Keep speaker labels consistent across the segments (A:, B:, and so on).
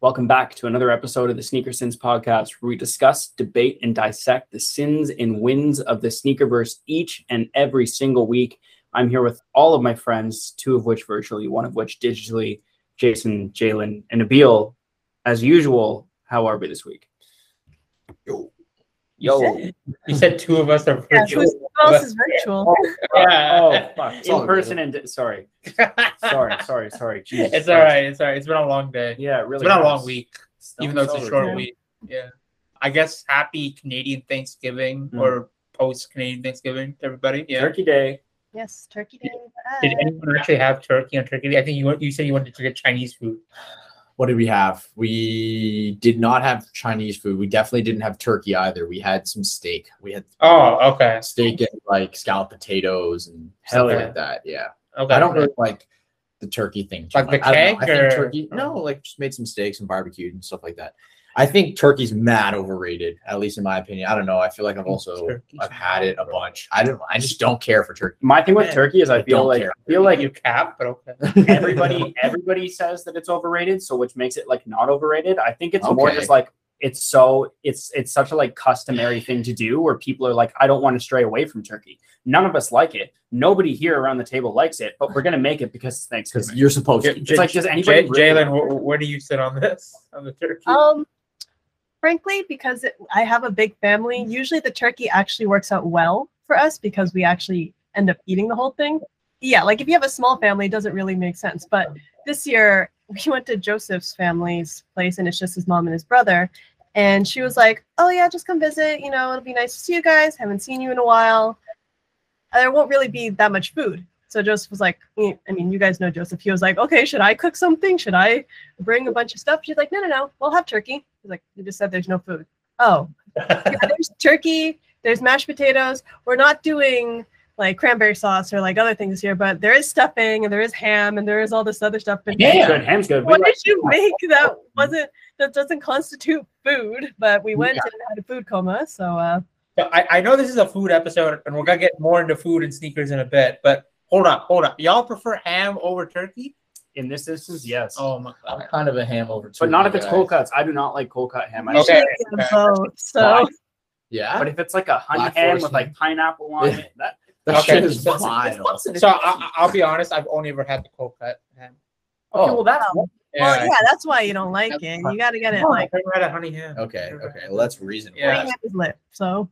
A: Welcome back to another episode of the Sneaker Sins podcast, where we discuss, debate, and dissect the sins and wins of the sneakerverse each and every single week. I'm here with all of my friends, two of which virtually, one of which digitally, Jason, Jalen, and Abil. As usual, how are we this week?
B: Yo.
C: Yo, you said, you said two of us are virtual.
D: Yeah, who else is virtual?
A: Yeah.
C: Yeah.
A: Oh, fuck.
B: Sorry,
A: In person and sorry, sorry, sorry, sorry. Jesus
C: it's
A: Christ.
C: all right. It's all right. It's been a long day.
A: Yeah, it
C: It's
A: really.
C: been a long
A: has.
C: week,
A: That
C: even though
A: was
C: it's a
A: over.
C: short
D: Yeah.
C: week. Yeah. I guess happy Canadian Thanksgiving
A: Mm.
C: or post Canadian Thanksgiving to everybody. Yeah.
A: Turkey Day.
D: Yes, Turkey Day.
C: Did
D: Bye.
C: anyone actually have turkey on Turkey Day? I think you went, you said you wanted to get Chinese food.
B: What did we have? We did not have Chinese food. We definitely didn't have turkey either. We had some steak. We had
C: Oh, okay.
B: steak and like scalloped potatoes and
A: Hell
B: stuff
C: yeah.
B: like that. Yeah.
C: Oh, Okay.
B: I don't really like the turkey thing. too
C: Like the
B: much. I don't know.
C: cake
B: I think
C: or-
B: turkey. No, like just made some steaks and barbecued and stuff like that. I think turkey's mad overrated, at least in my opinion. I don't know. I feel like I've also
C: Turkey's
B: I've had it a bunch. I don't I just don't care for turkey.
A: My thing with
C: Man,
A: turkey is I
B: I
A: feel
B: don't
A: like
B: care.
A: I feel like
C: you cap, but okay.
A: everybody everybody says that it's overrated so which makes it like not overrated i think it's more
B: Okay.
A: just like it's so it's it's such a like customary thing to do where people are like i don't want to stray away from turkey none of us like it nobody here around the table likes it but we're gonna make it because it's
B: Because
A: thanksgiving
B: you're supposed
C: J-
B: to.
C: J-
A: like, does
C: J-
A: anybody really-
C: Jalen, wh- wh- where do you sit on this? On the turkey?
D: Um, frankly, because it, I have a big family, usually the turkey actually works out well for us because we actually end up eating the whole thing. Yeah, like if you have a small family, it doesn't really make sense. But this year, we went to Joseph's family's place, and it's just his mom and his brother. And she was like, "Oh yeah, just come visit. You know, it'll be nice to see you guys. Haven't seen you in a while. And There won't really be that much food." So Joseph was like, "Mm," "I mean, you guys know Joseph. He was like, okay, should I cook something? Should I bring a bunch of stuff. She's like, no, no, no, we'll have turkey. He's like, you just said there's no food. Oh, yeah, there's turkey, there's mashed potatoes. We're not doing like cranberry sauce or like other things here, but there is stuffing and there is ham and there is all this other stuff. But
B: Yeah.
A: Ham's good ham's good We
D: what
A: like-
D: did you make that wasn't that doesn't constitute food? But we went
B: Yeah.
D: and had a food coma, so uh,
C: So I, I know this is a food episode, and we're gonna get more into food and sneakers in a bit. But hold up, hold up. Y'all prefer ham over turkey?
A: in this instance yes
C: Oh my
B: I'm
C: god!
B: kind of a ham over turkey.
A: but not if it's
B: guy.
A: cold cuts i do not like cold cut ham I
D: usually
C: Okay.
D: we get
C: okay.
D: both. So uh,
B: Yeah.
A: but if it's like a honey
B: Black
A: ham
B: forest
A: with like
B: meat.
A: pineapple on
B: Yeah.
A: it that
B: That
C: Okay.
B: shit is
A: That's-
B: wild.
C: So I, I- I'll be honest. I've only ever had the cold cut ham.
A: okay well that's
D: Wow. well, yeah, that's why you don't like it. You got to get it
C: Oh,
D: like
C: I've never had a honey ham.
B: Okay, okay. Well, that's reasonable.
C: Yeah.
D: right at his lip. So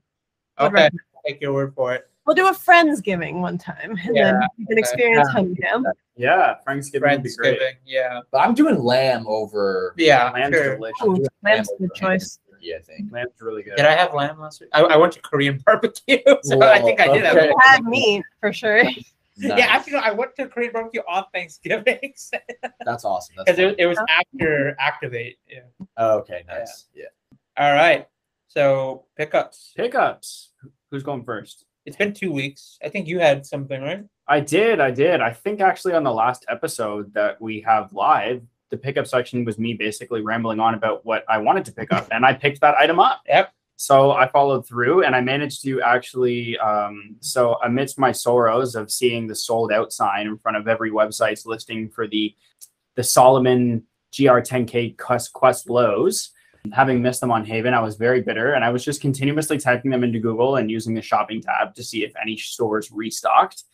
D: I'd
C: Okay, take your word for it.
D: We'll do a friendsgiving one time, and then
C: Yeah,
D: you can
C: okay.
D: experience
B: Yeah.
D: honey ham.
A: yeah thanksgiving would be great
C: Friendsgiving, yeah,
B: But I'm doing lamb over.
C: yeah.
A: lamb's
C: Sure.
A: delicious
D: Ooh, Lamb's a
B: over
D: good choice.
B: ham and turkey, I think.
A: lamb's really good
C: Did I have lamb last week? I, I went to Korean barbecue, so I
B: Whoa,
C: think I did have.
B: okay.
C: lamb.
D: Had meat for sure.
B: Nice.
C: Yeah, actually, no, I went to Korean barbecue on Thanksgiving because
B: that's awesome. That's
C: it,
B: fun.
C: it was after Activate. Yeah.
B: Oh, okay, nice. Yeah.
C: All right. So pickups.
A: pickups who's going first
C: It's been two weeks. I think you had something, right?
A: I did. I did. I think actually on the last episode that we have live, the pickup section was me basically rambling on about what I wanted to pick up, and I picked that item up.
C: Yep.
A: So I followed through, and I managed to actually. Um, so amidst my sorrows of seeing the sold out sign in front of every website's listing for the the Solomon GR10K Quest, Quest lows. Having missed them on Haven, I was very bitter, and I was just continuously typing them into Google and using the shopping tab to see if any stores restocked.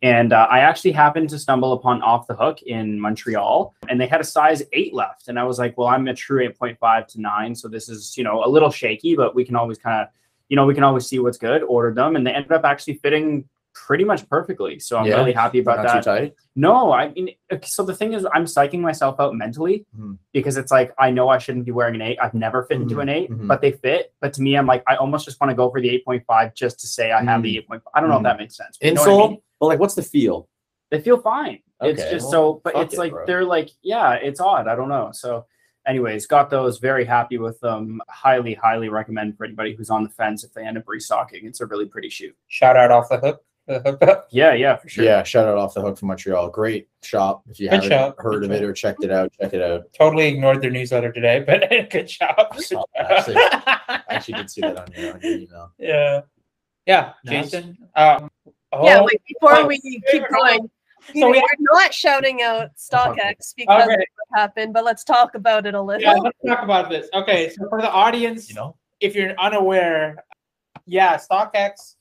A: And uh, I actually happened to stumble upon Off the Hook in Montreal, and they had a size eight left. And I was like, well, I'm a true 8.5 to nine. So this is, you know, a little shaky, but we can always kind of, you know, we can always see what's good, ordered them. And they ended up actually fitting pretty much perfectly. So I'm
B: Yeah.
A: really happy about
B: Not
A: that.
B: too tight.
A: No, I mean, ok- so the thing is, I'm psyching myself out mentally
B: Mhm.
A: because it's like I know I shouldn't be wearing an eight. I've never fit into
B: Mhm,
A: an 8
B: mhm.
A: but they fit. But to me, I'm like, I almost just want to go for the 8.5 just to say I have the 8.5. I don't know if
B: Mhm.
A: that makes sense. but you know
B: Insole,
A: what I mean?
B: but like, what's the feel?
A: They feel fine. it's
B: Okay,
A: just
B: well,
A: so, but
B: fuck
A: it's
B: it,
A: like
B: bro.
A: they're like, yeah, it's odd. I don't know. So, anyways, got those. Very happy with them. Highly, highly recommend for anybody who's on the fence if they end up restocking. It's a really pretty shoe.
C: Shout out off the hook. The hookup.
A: Yeah, yeah, for sure.
B: Yeah, shout out off the hook from Montreal. Great shop. If you
C: Good
B: haven't
C: shop.
B: heard of
C: Good
B: it or checked it out, check it out.
C: Totally ignored their newsletter today, but good job.
B: I saw that, actually. I actually did see that on your, on your email.
C: yeah. Yeah,
B: Nice.
C: Jason. Uh, oh,
D: yeah, wait, before
C: oh,
D: we keep going, you
C: So we-
D: are not shouting out StockX because
C: Okay.
D: of what happened, but let's talk about it a little.
C: yeah, let's talk about this. Okay, so for the audience,
B: You know,
C: if you're unaware, yeah, StockX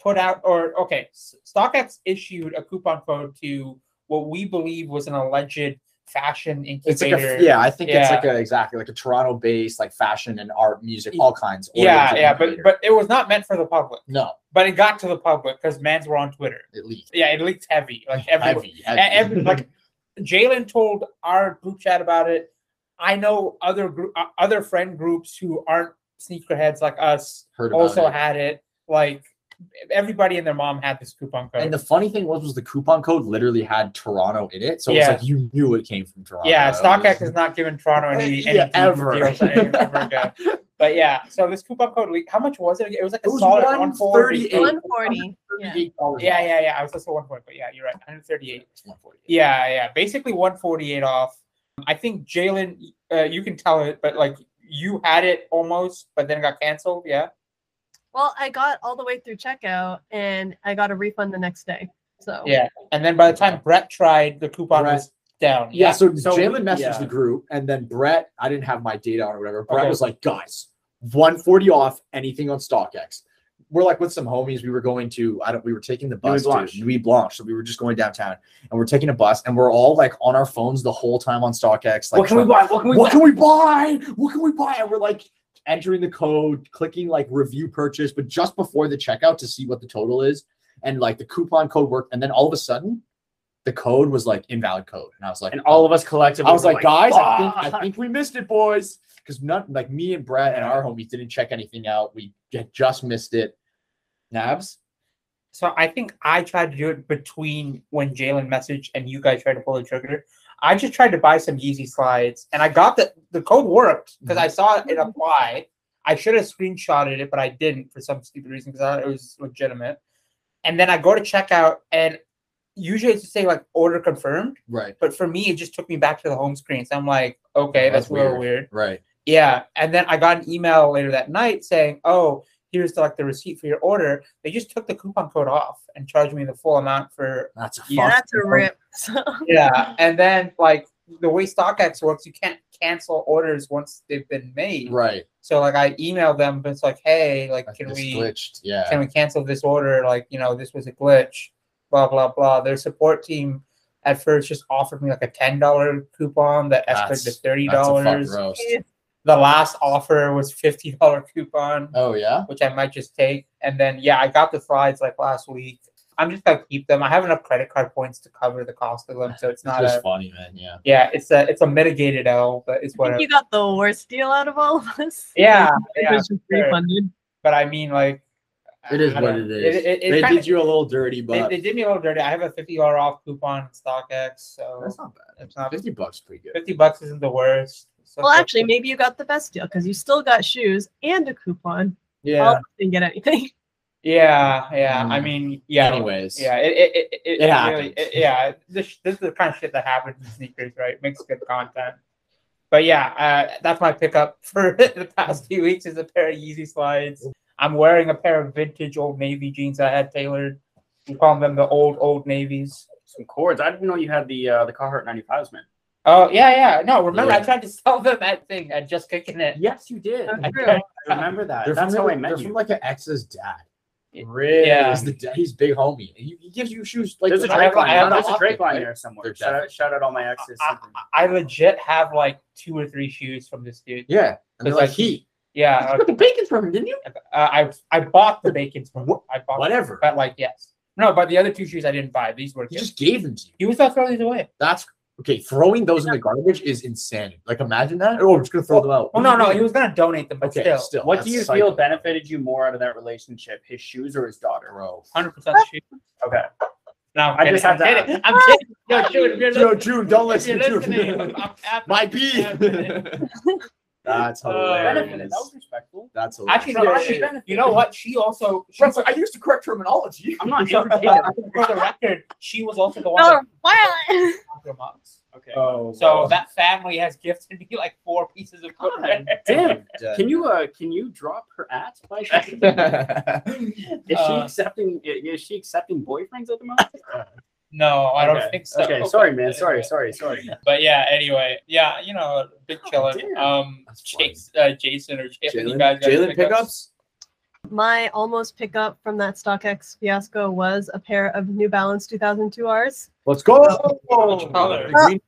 C: put out or okay, S- StockX issued a coupon code to what we believe was an alleged fashion
B: it's like
C: incubator.
B: a, yeah, I think it's
C: Yeah.
B: like a exactly like a Toronto based like fashion and art, music, all kinds.
C: yeah,
B: oriented
C: yeah, but
B: incubator.
C: but it was not meant for the public,
B: no,
C: but it got to the public because mans were on Twitter.
B: it leaked.
C: Yeah, it leaked heavy, like everywhere.
B: Heavy, heavy.
C: And every, like Jalen told our group chat about it. I know other group, uh, other friend groups who aren't sneakerheads like us
B: Heard about
C: also
B: it.
C: had it. Like everybody and their mom had this coupon code.
B: And the funny thing was, was the coupon code literally had Toronto in it, so it's
C: Yeah.
B: like you knew it came from Toronto.
C: yeah,
B: It
C: StockX
B: was-
C: has not given Toronto any, any
B: Yeah,
C: deep
B: ever.
C: deals ever again. But yeah, so this coupon code leak. How much was it? again? It was like a
B: It was
C: solid
B: 138.
C: 148.
D: 140. Yeah.
B: $38.
C: Yeah, yeah, yeah. I was also one point, but yeah, you're right. 138.
B: It's 148.
C: Yeah, yeah. Basically, 148 off. I think Jalen, uh, you can tell it, but like you had it almost, but then it got canceled. Yeah.
D: Well, I got all the way through checkout and I got a refund the next day. So
C: Yeah. And then by the time Brett tried, the coupon
B: Brett.
C: was down.
B: Yeah, so,
A: So we-
B: Jalen messaged
A: yeah.
B: the group, and then Brett, I didn't have my data on or whatever. Brett
C: Okay.
B: was like, guys, 140 off anything on StockX. We're like with some homies. We were going to, I don't, we were taking the bus
A: Blanche.
B: to Nuit Blanche. So we were just going downtown and we're taking a bus and we're all like on our phones the whole time on StockX. Like,
A: what can we
B: trying-
A: buy? What can we
B: what
A: buy?
B: can we buy? What can we buy? And we're like entering the code, clicking like review purchase, but just before the checkout to see what the total is. And like the coupon code worked. And then all of a sudden, the code was like invalid code. And I was like,
A: And all of us collectively.
B: I was
A: were
B: like, guys, I think,
A: "Fuck."
B: I think we missed it, boys. Because not like me and Brad and our homies didn't check anything out. We had just missed it. Nabs?
C: So I think I tried to do it between when Jalen messaged and you guys tried to pull the trigger. I just tried to buy some Yeezy slides and I got the the code worked because I saw it apply. I should have screenshotted it, but I didn't for some stupid reason because I thought it was legitimate. And then I go to checkout and usually it's just say like order confirmed,
B: Right,
C: but for me it just took me back to the home screen. So I'm like, okay,
B: That's
C: that's, a little
B: weird.
C: weird.
B: right.
C: Yeah, and then I got an email later that night saying, "Oh, here's the, like the receipt for your order." They just took the coupon code off and charged me the full amount for
B: That's a
D: Yeah,
B: fuck.
D: that's a rip. So
C: yeah. And then like the way StockX works, you can't cancel orders once they've been made.
B: Right.
C: So like I emailed them, but it's like, "Hey, like
B: Like,
C: can
B: this
C: we
B: glitched. Yeah.
C: can we cancel this order? Like you know this was a glitch, blah blah blah." Their support team at first just offered me like a ten dollar coupon that escalated to
B: That's-
C: thirty
B: That's a fuck
C: dollars.
B: roast.
C: The last offer was fifty dollar coupon.
B: Oh, yeah?
C: which I might just take. And then yeah, I got the slides like last week. I'm just gonna keep them. I have enough credit card points to cover the cost of them, so it's
B: It's
C: not
B: just
C: a
B: funny, man. Yeah.
C: yeah, it's a it's a mitigated L, but it's
D: I think
C: whatever.
D: you got the worst deal out of all of us.
C: Yeah,
D: It
C: yeah,
D: was just
C: sure.
D: refunded.
C: but I mean like
B: It is
C: I
B: what
C: don't-
B: it is.
C: It, it, it
B: they
C: kinda-
B: did you a little dirty,
C: they,
B: but
C: they did me a little dirty. I have a fifty dollar off coupon in StockX, so
B: that's not bad.
C: it's not
B: 50 bucks is pretty good.
C: fifty bucks isn't the worst. So
D: Well, actually, maybe you got the best deal because you still got shoes and a coupon.
B: Yeah.
D: All of us didn't get anything.
C: yeah, yeah. I
B: Mm.
C: mean, yeah,
B: Anyways.
C: Yeah, it it it, it,
B: It
C: really,
B: happens.
C: it- yeah, this this is the kind of shit that happens in sneakers, right? Makes good content. But yeah, uh, that's my pickup for the past few weeks is a pair of Yeezy slides. I'm wearing a pair of vintage old navy jeans I had tailored. We call them the old old navies.
A: some cords. I didn't know you had the uh, the Carhartt 95s, man.
C: Oh yeah, yeah. No, remember I
B: Yeah.
C: tried to sell them that thing at just kicking it.
A: Yes, you did.
D: That's
A: I
D: true.
A: remember that.
B: They're
A: That's
B: from
A: how I
B: like- they're
A: met
B: from
A: you.
B: like an ex's dad.
A: Really?
C: Yeah.
B: He's the dad. He's big homie. He, he gives you shoes like
A: There's a
B: the-
A: Drake
C: have- I have
A: line.
C: the
A: There's a Drake
B: optic,
A: line
B: right?
A: there somewhere.
B: They're
A: Shout out,
B: definitely-
A: shout out all my exes. something.
C: I legit have like two or three shoes from this dude.
B: Yeah. And they're
C: It's like
B: like he.
C: Yeah, like,
B: the bacon's from him, didn't you?
C: uh, I I bought the bacon's from.
B: What-
C: I bought
B: Whatever.
C: But like, yes. No, but the other two shoes I didn't buy. These were
B: He
C: gifts.
B: just gave them to you.
C: He was not throwing these away.
B: That's okay. Throwing those in the garbage is insanity. Like imagine that. Oh, I'm just gonna throw them out. What
C: Oh no,
B: do you
C: no,
B: mean?
C: he was gonna donate them, but
B: okay,
C: still,
B: still.
A: what
B: that's
A: do you
B: psycho.
A: feel benefited you more out of that relationship, his shoes or his daughter?
B: Bro.
C: hundred percent shoes.
A: Okay.
C: No, I'm
A: I
C: kidding.
A: just
C: I'm
A: have to
C: kidding. I'm kidding. Yo, June, if you're
B: Yo,
C: listening-
B: June, don't
C: if you're
B: listen to
C: listening, I'm-
B: him.
C: I'm happy.
B: My
C: Yeah.
B: B. That's
C: Uh,
B: hilarious.
A: Benefited. That was respectful.
B: That's a
C: Actually, no,
B: Yeah,
C: actually,
B: yeah,
C: you know what? She also, she,
B: yeah. I used the correct terminology.
A: I'm not
C: for
A: entertaining.
C: the record, she was also the one
D: Oh,
C: that
D: wow.
C: fucked her mom's.
A: Okay.
B: Oh,
C: So that family has gifted me like four pieces of
A: God
C: footwear.
A: damn.
B: that
A: Can you uh can you drop her at by chance? Is she
C: Uh,
A: accepting? i- Is she accepting boyfriends at the moment?
C: No, I
A: Okay.
C: don't think so.
A: Okay, sorry, man. Sorry, sorry, sorry.
C: But yeah, anyway, yeah, you know, big chiller.
A: damn.
C: Um,
B: That's
C: Chase, uh, Jason or Jalen, you guys
B: Jalen
C: got
B: Jalen
C: pickups?
B: pickups?
D: My almost pickup from that StockX fiasco was a pair of New Balance 2002 Rs.
B: Let's go.
C: Which color?
B: The green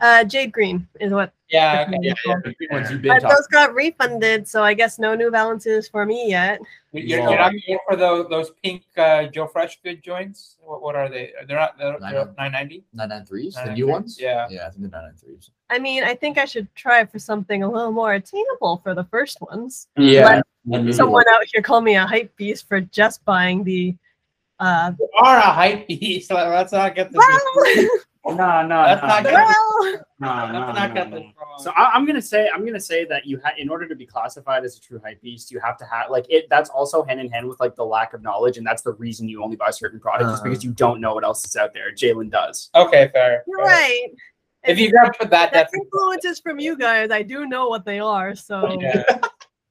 D: Uh, Jade Green is what.
C: Yeah, okay.
D: Yeah, yeah.
B: ones you've been
D: But
B: talking.
D: those got refunded, so I guess no New Balances for me yet.
C: You're,
B: Wow.
C: you're not going for those those pink uh, Joe Fresh good joints. What, what are they? They're not. They're nine ninety.
B: 993s, the new ones?
C: Yeah.
B: Yeah, I think the 993s.
D: I mean, I think I should try for something a little more attainable for the first ones.
B: Yeah.
A: Let
B: Mm-hmm.
D: Someone out here called me a hype beast for just buying the. Uh,
C: You are a hype beast. Like, let's not get this.
D: well,
A: No, no,
C: That's
A: no,
C: not
A: no,
C: good.
D: well,
A: no, no,
C: let's not
A: no,
C: get
A: no.
C: this wrong.
A: So I, I'm gonna say I'm gonna say that you ha- in order to be classified as a true hype beast, you have to have like it. That's also hand in hand with like the lack of knowledge, and that's the reason you only buy certain products is
B: Uh-huh.
A: because you don't know what else is out there. Jalen does.
C: okay, fair.
D: you're
C: fair.
D: right.
C: If you grab for that,
D: that
C: that's
D: influences from you guys, I do know what they are, so
C: yeah.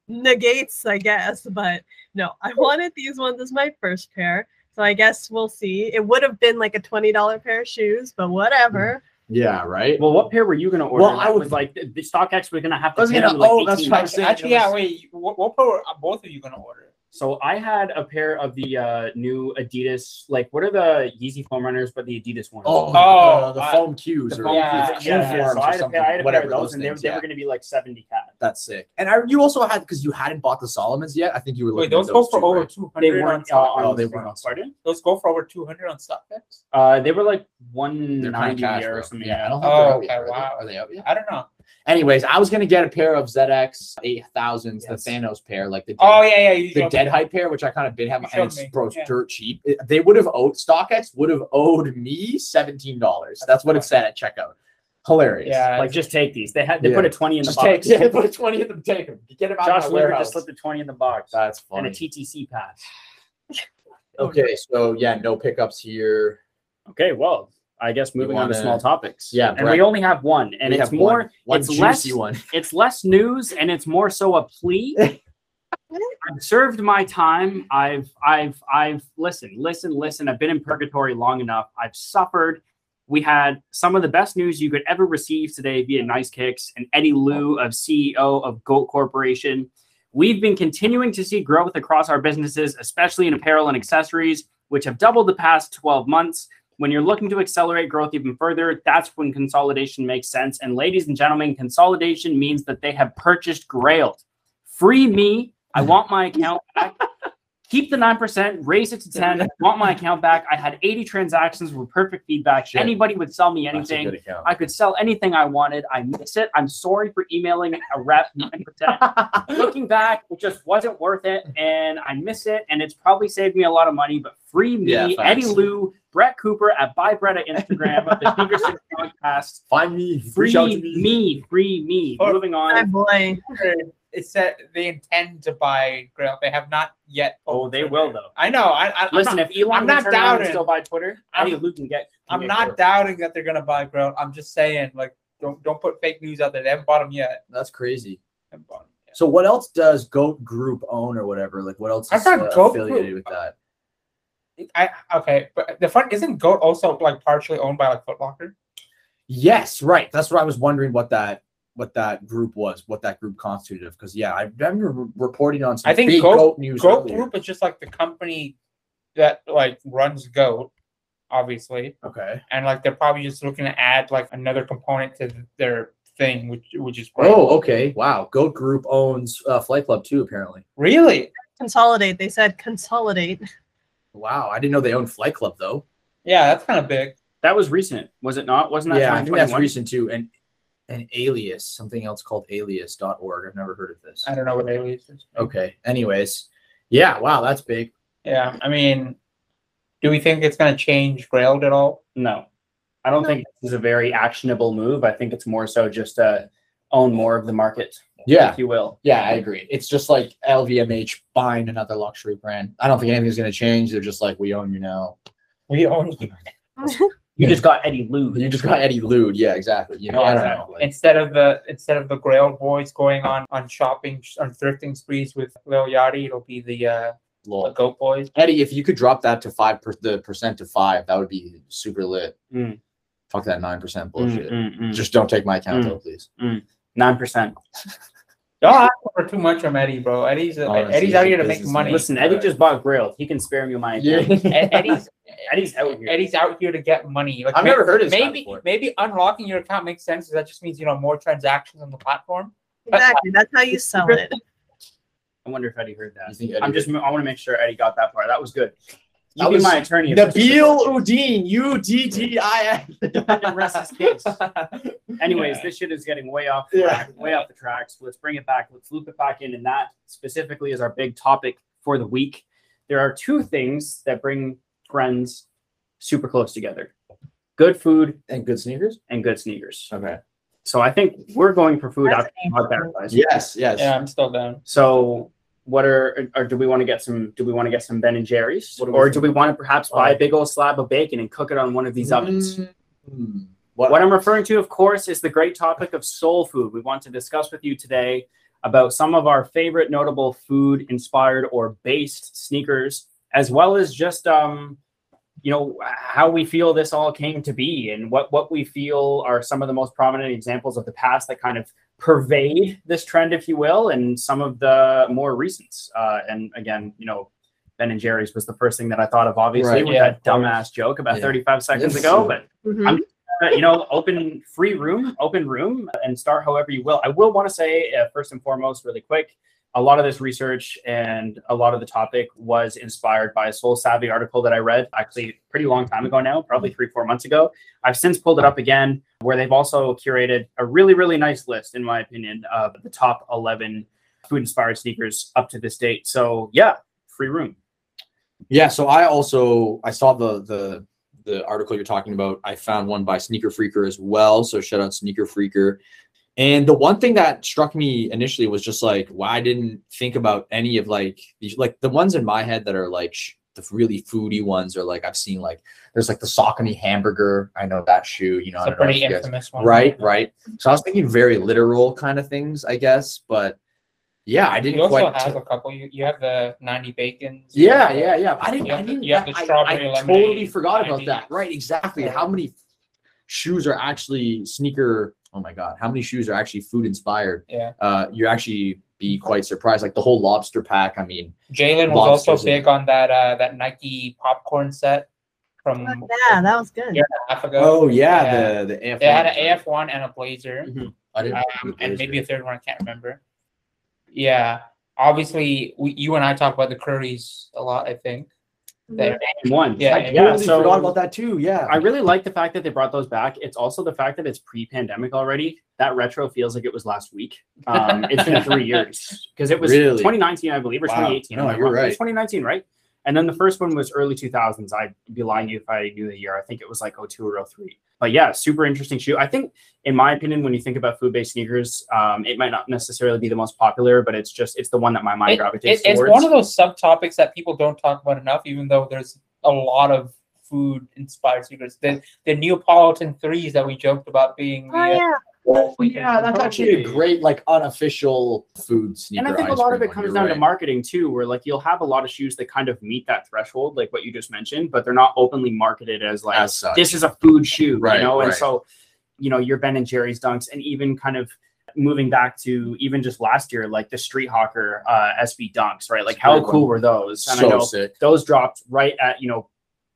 D: negates, I guess. But no, I wanted these ones as my first pair, so I guess we'll see. It would have been like a twenty dollar pair of shoes, but whatever.
B: Yeah, right?
A: Well, what pair were you gonna order?
B: Well, I
A: That
B: would-
A: was like the the StockX was gonna have
B: I
A: to.
B: was
A: pay
B: gonna-
A: you, like,
B: oh, that's
A: 18
B: right.
A: bucks.
C: Actually, actually, yeah. Wait, what, what pair are both of you gonna order?
A: So I had a pair of the uh, new Adidas, like what are the Yeezy foam runners, but the Adidas ones.
B: Oh,
C: Oh,
B: the- the
C: I-
B: foam cues
A: The
B: or
A: foam-
C: Yeah,
A: yeah, yeah.
B: uniforms
A: So I
B: or
A: had a
B: something.
A: pair, I had a pair
B: whatever
A: of those,
B: those
A: and
B: things.
A: they, were- they
B: yeah.
A: were going to be like seventy cat.
B: That's sick. And I, you also had because you hadn't bought the Solomons yet. I think you were looking.
C: Wait, those
B: at
C: go for
B: too,
C: over
B: right?
C: two
A: They
C: hundred on
A: weren't. Uh, on
B: Oh, they
A: the-
B: weren't on stock.
A: Pardon?
C: Those go for over two hundred on StockX.
A: Uh, they were like
B: They're
A: one
B: kind
A: ninety
B: of cash,
A: or
B: bro.
A: something.
B: Yeah, I don't think
C: Oh,
B: they're out yet.
C: okay,
B: Are
C: wow.
B: they- Are they out yet?
C: I don't know.
B: Anyways, I was gonna get a pair of ZX eight thousands,
A: Yes.
B: the Thanos pair, like the dead,
C: Oh yeah, yeah. You
B: the
C: showed
B: dead
C: me.
B: hype pair, which I kind of been having,
C: You
B: and
C: showed
B: it's
C: me,
B: bro, it's
C: yeah.
B: dirt cheap. It- they would have owed StockX would have owed me seventeen dollars. That's what it said at checkout. Hilarious.
C: Yeah.
A: Like just take these. They had they put
B: Yeah.
A: a twenty in the
B: Just
A: box.
B: take, yeah, put a twenty in the take 'em. Get them out
A: Josh
B: of my
A: Weaver
B: warehouse.
A: just slipped a twenty in the box
B: That's
A: and
B: funny.
A: a TTC pass.
B: okay, so yeah, no pickups here.
A: Okay, well, I guess moving on to
B: wanna-
A: small topics.
B: Yeah,
A: and
B: Brett.
A: we only have one, and
B: We
A: it's
B: have one-
A: more.
B: one
A: it's
B: juicy
A: less-
B: one.
A: It's less news, and it's more so a plea. I've served my time. I've, I've, I've. Listen, listen, listen. I've been in purgatory long enough. I've suffered. We had some of the best news you could ever receive today via Nice Kicks and Eddie Liu of CEO of Goat Corporation. We've been continuing to see growth across our businesses, especially in apparel and accessories, which have doubled the past 12 months. When you're looking to accelerate growth even further, that's when consolidation makes sense. And ladies and gentlemen, consolidation means that they have purchased Grailed. Free me. I want my account back. Keep the 9%, raise it to 10. I want my account back. I had 80 transactions with perfect feedback.
B: Shit.
A: Anybody would sell me
B: That's a
A: anything.
B: good account.
A: I could sell anything I wanted. I miss it. I'm sorry for emailing a rep 9%. Looking back, it just wasn't worth it. And I miss it. And it's probably saved me a lot of money, but free me,
B: Yeah, facts.
A: Eddie Lou, Brett Cooper at Buy Brett at Instagram, the Finger Six Podcast.
B: Find me.
A: Free
B: reach out to
A: me, free me.
C: Or-
A: Moving
D: My
A: on.
D: boy.
C: It said they intend to buy Grail. They have not yet.
A: Oh, they will though.
C: I know. I, I,
A: Listen,
C: I'm not,
A: if Elon
C: I'm
A: would
C: not
A: turn around and
C: doubting.
A: still buy Twitter,
C: I'm-
A: Eddie Lou can get. can
C: I'm
A: get
C: not
A: Twitter.
C: doubting that they're gonna buy Grail. I'm just saying, like, don't don't put fake news out there. They haven't bought them yet.
B: That's crazy.
C: They haven't bought 'em yet.
B: So what else does Goat Group own or whatever? Like what else
C: I
B: is
C: thought
B: uh,
C: Goat
B: affiliated
C: Group-
B: with that?
C: I okay, but the fun isn't Goat also like partially owned by like Foot Locker?
B: Yes, right. That's what I was wondering what that what that group was, what that group constituted of. Because yeah, I remember re- reporting on some
C: I think
B: big
C: Goat-
B: Goat, news.
C: Goat
B: earlier.
C: Group is just like the company that like runs Goat, obviously,
B: Okay.
C: and like they're probably just looking to add like another component to their thing, which which is great.
B: Oh, okay. Wow. Goat Group owns uh, Flight Club too, apparently.
C: really?
D: Consolidate. They said consolidate.
B: Wow. I didn't know they owned Flight Club though.
C: Yeah, that's kind of big.
A: That was recent, was it not? Wasn't that
B: yeah, I think that's
A: 2021?
B: recent too. And and Alias, something else called Alias.org. I've never heard of this.
C: I don't know what alias is.
B: Okay. Anyways, yeah. Wow, that's big.
C: Yeah, I mean, do we think it's gonna change Grailed at all?
A: No, I don't
D: No.
A: think this is a very actionable move. I think it's uh, more so just to own more of the market.
B: Yeah.
A: if you will.
B: Yeah, I agree. It's just like LVMH buying another luxury brand. I don't think anything's going to change. They're just like, we own you now.
C: We own you.
A: You just got Eddie Lou.
B: You just got Eddie Lude. Yeah, exactly. You know, I don't know. Like,
C: Instead of the instead of the Grail boys going on on shopping on thrifting sprees with Lil Yachty, it'll be the uh the
B: lol.
C: Goat Boys.
B: Eddie, if you could drop that to five per- the percent to five, that would be super lit.
A: Mm.
B: Fuck that nine percent bullshit.
A: Nine
B: Just don't take my account
A: Mm.
B: though, please.
A: percent.
C: Don't ask for too much from Eddie, bro. Eddie's uh,
B: Honestly,
C: Eddie's out
B: he's a
C: here to make
B: businessman.
C: money.
A: Listen, Eddie just bought grilled. He can spare me my account.
C: Ed- Eddie's
A: Eddie's out here.
C: Eddie's out here to get money. Like
B: I've
C: may-
B: never heard of this guy
C: maybe
B: before.
C: maybe unlocking your account makes sense. 'cause That just means you know more transactions on the platform.
D: Exactly. That's how you sell it.
A: I wonder if Eddie heard
B: You
A: that.
B: think Eddie
A: I'm just. I want to make sure Eddie got that part. That was good. You
B: That
A: be
B: was-
A: my attorney. if this is-
B: Nabil Udin, U D D I N.
A: Rest his case. Anyways, this shit is getting way off
B: Yeah.
A: track, way off the tracks. Let's bring it back. Let's loop it back in, and that specifically is our big topic for the week. There are two things that bring friends super close together: good food
B: And good sneakers.
A: and good sneakers.
B: Okay.
A: So I think we're going for food
D: That's
A: after hot
D: amazing.
A: paradise.
B: Yes. Yes.
C: Yeah, I'm still down.
A: So what are or do we want to get some? Do we want to get some Ben and Jerry's,
B: What do we
A: or
B: think?
A: do we want to perhaps buy a big old slab of bacon and cook it on one of these ovens?
B: Mm.
A: What I'm referring to, of course, is the great topic of soul food. We want to discuss with you today about some of our favorite notable food inspired or based sneakers, as well as just um, you know, how we feel this all came to be and what what we feel are some of the most prominent examples of the past that kind of pervade this trend, if you will, and some of the more recent. Uh, and again, you know, Ben and Jerry's was the first thing that I thought of, obviously,
B: Right.
A: with
C: Yeah,
A: that
C: of course.
A: dumbass joke about
B: Yeah.
A: 35 seconds
B: Yes.
A: ago, but
D: Mhm.
A: I'm- uh, you know, open free room, open room, and start however you will. I will want to say, uh, first and foremost, really quick, a lot of this research and a lot of the topic was inspired by a Soul Savvy article that I read actually a pretty long time ago now, probably three, four months ago. I've since pulled it up again, where they've also curated a really, really nice list, in my opinion, of the top 11 food inspired sneakers up to this date. So, yeah, free room.
B: Yeah, so I also I saw the the the article you're talking about. I found one by Sneaker Freaker as well. So shout out Sneaker Freaker. And the one thing that struck me initially was just like, why I didn't think about any of like these like the ones in my head that are like sh- the really foodie ones are like I've seen like there's like the Saucony hamburger. I know that shoe. You know, I don't
C: It's a
B: know if
C: pretty
B: you guys-
C: infamous one,
B: right, right. So I was thinking very literal kind of things, I guess. But yeah, I
C: you
B: didn't
C: also
B: quite.
C: have a couple. You, you have the 90 bacons.
B: Yeah, yeah, yeah. I didn't.
C: You have
B: I
C: the-
B: didn't.
C: you have the
B: I-
C: strawberry
B: I,
C: lemonade,
B: totally forgot about
C: maybe.
B: that. Right, exactly.
C: Yeah.
B: How many shoes are actually sneaker? Oh my god, how many shoes are actually food inspired?
C: Yeah.
B: Uh, you actually be quite surprised. Like the whole lobster pack. I mean,
C: Jalen was
B: Lobsters
C: also
B: in
C: big on that uh, that Nike popcorn set from
D: Fuck yeah, that was good.
C: Yeah. Africa.
B: oh yeah,
C: Yeah.
B: the the AF.
C: They had an AF1 and a blazer.
B: I didn't.
C: um, and maybe a third one. I can't remember. Yeah, obviously, we, you and I talk about the Currys a lot. I think.
D: Mm-hmm.
C: That-
A: And one.
C: Yeah,
B: I
C: yeah,
B: totally
A: so-
B: forgot about that too. Yeah.
A: I really like the fact that they brought those back. It's also the fact that it's pre-pandemic already. That retro feels like it was last week. Um, it's been three years because it was
B: Really?
A: 2019, I believe, or
B: Wow.
A: 2018.
B: No,
A: Am I
B: you're
A: wrong? It was
B: right.
A: 2019, right? And then the first one was early 2000s. I'd be lying to you if I knew the year. I think it was like 02 or 03. But yeah, super interesting shoe. I think, in my opinion, when you think about food-based sneakers, um, it might not necessarily be the most popular, but it's just it's the one that my mind
C: It-
A: gravitates
C: It, it's
A: towards.
C: one of those subtopics that people don't talk about enough, even though there's a lot of food-inspired secrets. The the Neapolitan threes that we joked about being. uh,
D: Oh yeah.
C: yeah.
B: yeah, that's actually a great like unofficial food sneaker.
A: and I think a lot of
B: ice
A: it
B: cream one,
A: comes
B: you're
A: down to
B: right.
A: marketing too, where like you'll have a lot of shoes that kind of meet that threshold, like what you just mentioned, but they're not openly marketed as like
B: As such.
A: this is a food shoe,
B: Right,
A: you know. And
B: right.
A: so, you know, your Ben and Jerry's dunks, and even kind of moving back to even just last year, like the Street Hawker uh, SB dunks, right? Like
B: It's a
A: how
B: great
A: cool
B: one.
A: were those? And I
B: so
A: know
B: sick.
A: those dropped right at you know,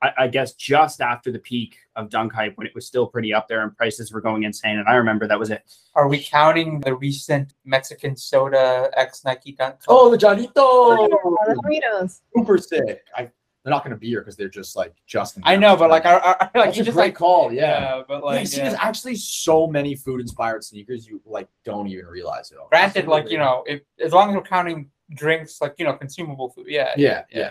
A: I, I guess just after the peak of dunk hype when it was still pretty up there and prices were going insane. And I remember that was a
C: Are we counting the recent Mexican soda ex Nike dunk?
B: Oh, the Johnito.
D: Oh, yeah, the burritos.
B: super sick. I, they're not going to be here because they're just like just. in
C: I
B: time.
C: know, but like, I, I, like
B: That's
C: you
B: a
C: just
B: great
C: like
B: call. Yeah.
C: yeah, but
B: Like,
C: like.
B: see,
C: yeah.
B: there's actually so many food inspired sneakers you like don't even realize it. all.
C: Granted, like
B: Absolutely.
C: you know, if as long as we're counting drinks, like you know, consumable food, yeah,
B: Yeah, yeah,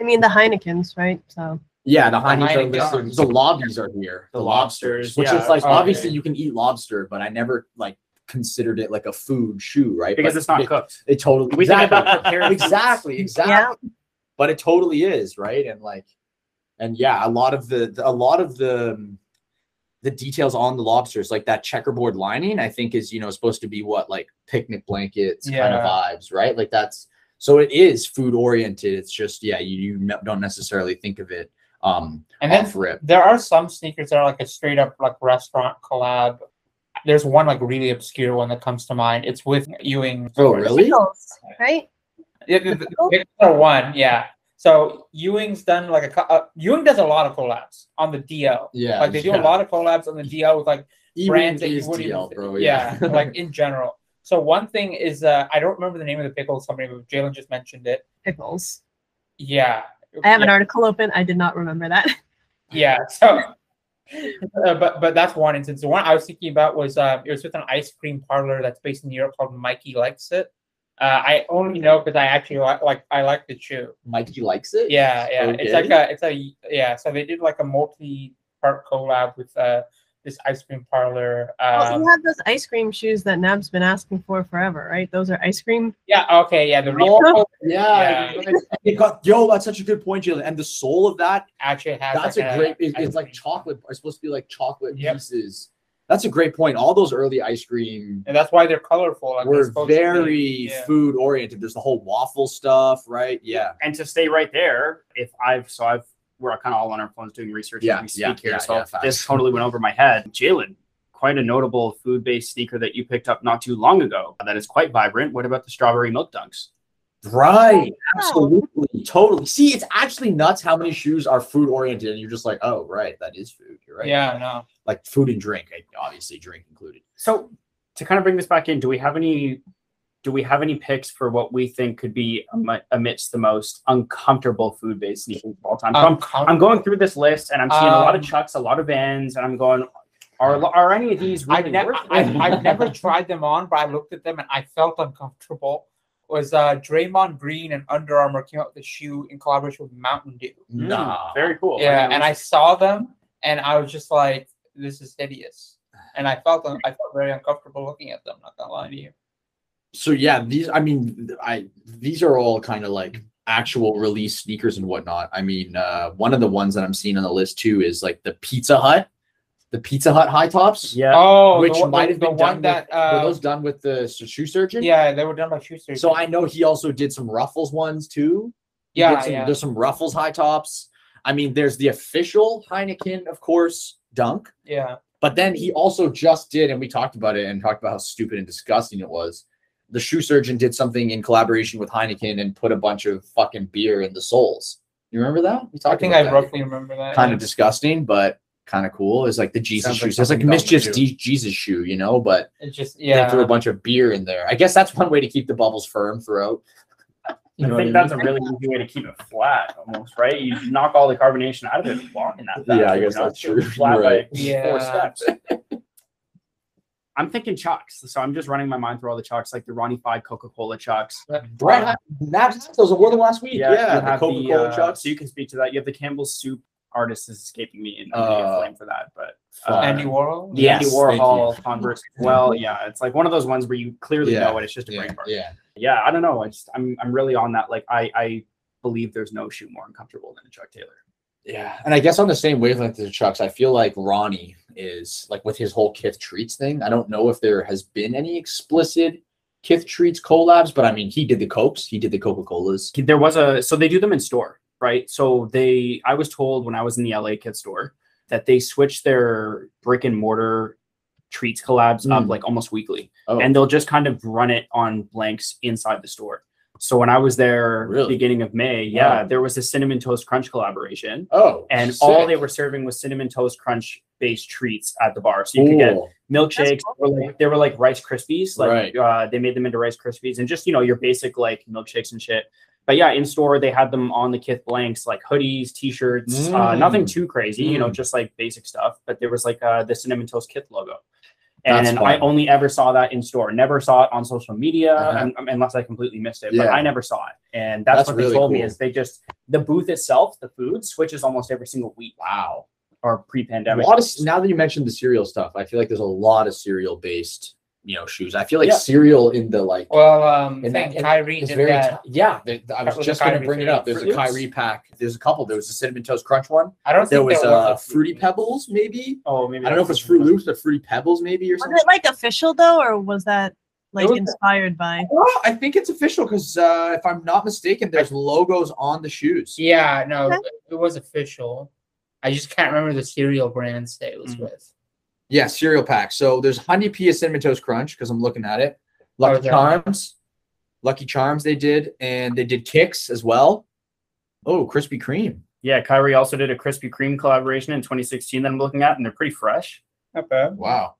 D: I mean the Heinekens, right? So
B: yeah. The
C: Heineken
B: Heineken, are listed.
C: Dons.
B: the lobbies are here.
A: The lobsters,
B: which
A: yeah.
B: is like
C: Okay.
B: obviously you can eat lobster, but I never like considered it like a food shoe, right?
A: because
B: But
A: it's not
B: it,
A: cooked.
B: it totally
A: We think
B: exactly.
A: about cooked carrots.
B: exactly, exactly.
D: Yeah.
B: But it totally is, right? And like, and yeah, a lot of the, the a lot of the um, the details on the lobsters, like that checkerboard lining, I think is you know supposed to be what like picnic blankets kind of
C: Yeah.
B: vibes, right? Like that's so it is food oriented. It's just yeah, you, you no- don't necessarily think of it um
C: And then
B: off rip.
C: there are some sneakers that are like a straight up like restaurant collab. There's one like really obscure one that comes to mind. It's with Ewing.
B: Oh really? Oh.
D: Pickles, right?
C: Yeah, the, the- the Pixar one, yeah. So Ewing's done like a co- uh, Ewing does a lot of collabs on the DL.
B: Yeah,
C: Like they do a
B: yeah.
C: lot of collabs on the DL with like
B: Ewing
C: brands that you
B: is
C: wouldn't even
B: DL,
C: th-
B: bro.
C: yeah, like in general. So one thing is uh, I don't remember the name of the pickle. Somebody, Jalen just mentioned it.
D: Pickles.
C: Yeah,
D: I have an
C: yeah,
D: article open. I did not remember that.
C: yeah. So, uh, but but that's one instance. The one I was thinking about was uh, it was with an ice cream parlor that's based in New York called Mikey Likes It. Uh, I only know because I actually like like I like the chew.
B: Mikey likes it.
C: Yeah, yeah. It's like
B: Okay.
C: a, it's a, yeah. So they did like a multi-part collab with uh this ice cream parlor.
D: well,
C: Um,
D: you have those ice cream shoes that Nab's been asking for forever, right? Those are ice cream.
C: yeah. Okay. Yeah. The
B: Oh.
C: Reebok
B: Yeah,
C: Yeah.
B: it- it got- yo, that's such a good point, Jalen. And the soul of that,
C: actually has.
B: that's
C: like
B: a great. it-
C: ice
B: it's like
C: cream.
B: chocolate. It's supposed to be like chocolate
C: Yep.
B: pieces. That's a great point. All those early ice cream
C: And that's why they're colorful. Like they're
B: were
C: supposed to be.
B: very
C: yeah.
B: food oriented. There's the whole waffle stuff, right? Yeah,
A: And to stay right there, if I've so I've we're kind of all on our phones doing research
B: Yeah,
A: as we speak
B: yeah,
A: here.
B: yeah,
A: so
B: yeah,
A: if
B: facts.
A: this totally went over my head. Jalen, quite a notable food-based sneaker that you picked up not too long ago that is quite vibrant. What about the strawberry milk dunks?
B: right. Absolutely, totally. See, it's actually nuts how many shoes are food oriented, and you're just like, oh, right, that is food. You're right.
C: Yeah. No.
B: like food and drink, eh, obviously drink included.
A: So to kind of bring this back in, do we have any do we have any picks for what we think could be ami- amidst the most uncomfortable food based sneakers of all time? So I'm, I'm going through this list and I'm seeing a lot of
C: Um,
A: chucks, a lot of vans, and I'm going, are are any of these really
C: I've never,
A: worth it?
C: I've, I've never tried them on, but I looked at them and I felt uncomfortable. Was uh Draymond Green and Under Armour came out with a shoe in collaboration with Mountain Dew.
A: Mm,
B: Nah,
A: very cool.
C: yeah, and I saw them, and I was just like, "This is hideous," and I felt un- I felt very uncomfortable looking at them. Not gonna lie to you.
B: so yeah these i mean i these are all kind of like actual release sneakers and whatnot i mean uh one of the ones that i'm seeing on the list too is like the pizza hut the pizza hut high tops
A: yeah.
C: Oh,
B: which
C: the, one-
B: might
C: the-
B: have been
C: the
B: done
C: one that.
B: with, were
C: uh,
B: those done with the s- shoe surgeon
C: yeah, they were done by Schuster.
B: so i know he also did some ruffles ones too He did
C: yeah,
B: some-
C: yeah.
B: there's some ruffles high tops i mean there's the official heineken of course dunk
C: yeah,
B: but then he also just did, and we talked about it and talked about how stupid and disgusting it was. The shoe surgeon did something in collaboration with Heineken and put a bunch of fucking beer in the soles. You remember that? We
C: I
B: talked
C: think
B: about
C: I
B: that.
C: roughly remember that.
B: kind of
C: yeah.
B: disgusting, but kind of cool. It's like the Jesus
A: Sounds
B: shoe.
A: like
B: it's like
A: something dumb to
B: mischief's
A: do.
B: D- Jesus shoe, you know, but
C: It's just
B: yeah. they threw a
C: yeah.
B: bunch of beer in there. I guess that's one way to keep the bubbles firm throughout. You know
A: I
B: what
A: think
B: I mean?
A: that's a really easy way to keep it flat, almost right. You knock all the carbonation out of it, and walk in that. fast,
B: Yeah, I
A: you
B: guess
A: know?
B: that's
A: It's gonna be
B: true.
A: Flat by
B: Right.
A: Four
C: Yeah.
A: steps. I'm thinking chucks, so I'm just running my mind through all the chucks, like the Ronnie Five Coca Cola chucks.
B: Brett had Naps had those award last week. Yeah,
A: Yeah, you
B: the
A: have
B: Coca
A: the,
B: Cola
A: uh,
B: chucks.
A: So you can speak to that. You have the Campbell's soup artist is escaping me, and I'm gonna
B: Uh,
A: get blamed for that. But
B: Fuck.
C: Andy Warhol.
A: the
B: Yeah.
A: Andy
B: yes, thank
A: Warhol Converse. Well, yeah, it's like one of those ones where you clearly
B: Yeah,
A: know it. It's just a
B: yeah,
A: brain fart. Yeah.
B: yeah.
A: I don't know. I just I'm I'm really on that. Like I I believe there's no shoe more uncomfortable than a Chuck Taylor.
B: Yeah, and I guess on the same wavelength as the Chucks, I feel like Ronnie is like with his whole Kith Treats thing. I don't know if there has been any explicit Kith Treats collabs, but I mean, he did the Cokes, he did the Coca Colas.
A: There was a so they do them in store, right? So they I was told when I was in the LA kid store that they switch their brick and mortar treats collabs up
B: Mm.
A: like almost weekly.
B: Oh,
A: and they'll just kind of run it on blanks inside the store. So when I was there
B: Really?
A: beginning of May, yeah,
B: Wow.
A: there was a cinnamon toast crunch collaboration.
B: oh,
A: And all
B: sick.
A: they were serving was cinnamon toast crunch based treats at the bar. So you could get
B: Cool.
A: milkshakes.
D: That's
A: They were like, they were like rice krispies. Like
B: Right.
A: uh, they made them into rice krispies and just you know your basic like milkshakes and shit. But yeah, in store they had them on the kith blanks, like hoodies, t-shirts, uh,
B: Mm.
A: nothing too crazy, you know,
B: Mm.
A: just like basic stuff. But there was like uh, the cinnamon toast kith logo.
B: That's
A: And
B: fun.
A: I only ever saw that in store. Never saw it on social media
B: Uh-huh.
A: un- um, unless I completely missed it. But
B: Yeah.
A: I never saw it. And that's,
B: That's
A: what
B: really
A: they told me
B: cool.
A: is they just the booth itself, the food switches almost every single week. Wow. Or
B: A
A: pre-pandemic.
B: lot of, now that you mentioned the cereal stuff, I feel like there's a lot of cereal based you know shoes. I feel like
A: Yeah.
B: cereal in the like
C: Well, um,
B: And
C: thank
B: that- and
C: Kyrie
B: It's
C: did
B: very
C: that.
B: ti- yeah. there- I
C: That
B: was
C: was
B: just
C: a
B: going to
C: Kyrie
B: bring it
C: thing.
B: up. There's a
A: Fruits.
B: Kyrie pack. There's a couple. There was a cinnamon toast crunch one.
C: I don't
B: There
C: think
B: was
C: there
B: a
C: was
B: fruity pebbles maybe.
A: Oh, maybe
B: I don't know if it's Fruit Loops or Fruity Pebbles maybe or
D: Was
B: something.
D: it like official though, or was that like
B: was-
D: inspired by?
B: Well, I think it's official because uh, if I'm not mistaken, there's logos on the shoes.
C: Yeah, no,
D: Okay.
C: it was official. I just can't remember the cereal brands that it was
A: Mm.
C: with.
B: Yeah, cereal pack. So there's Honey Pea Cinnamon Toast Crunch because I'm looking at it. Lucky
C: Okay.
B: Charms, Lucky Charms they did, and they did Kicks as well. Oh, Krispy Kreme.
A: Yeah, Kyrie also did a Krispy Kreme collaboration in 2016 that I'm looking at, and they're pretty fresh.
C: Okay.
B: Wow.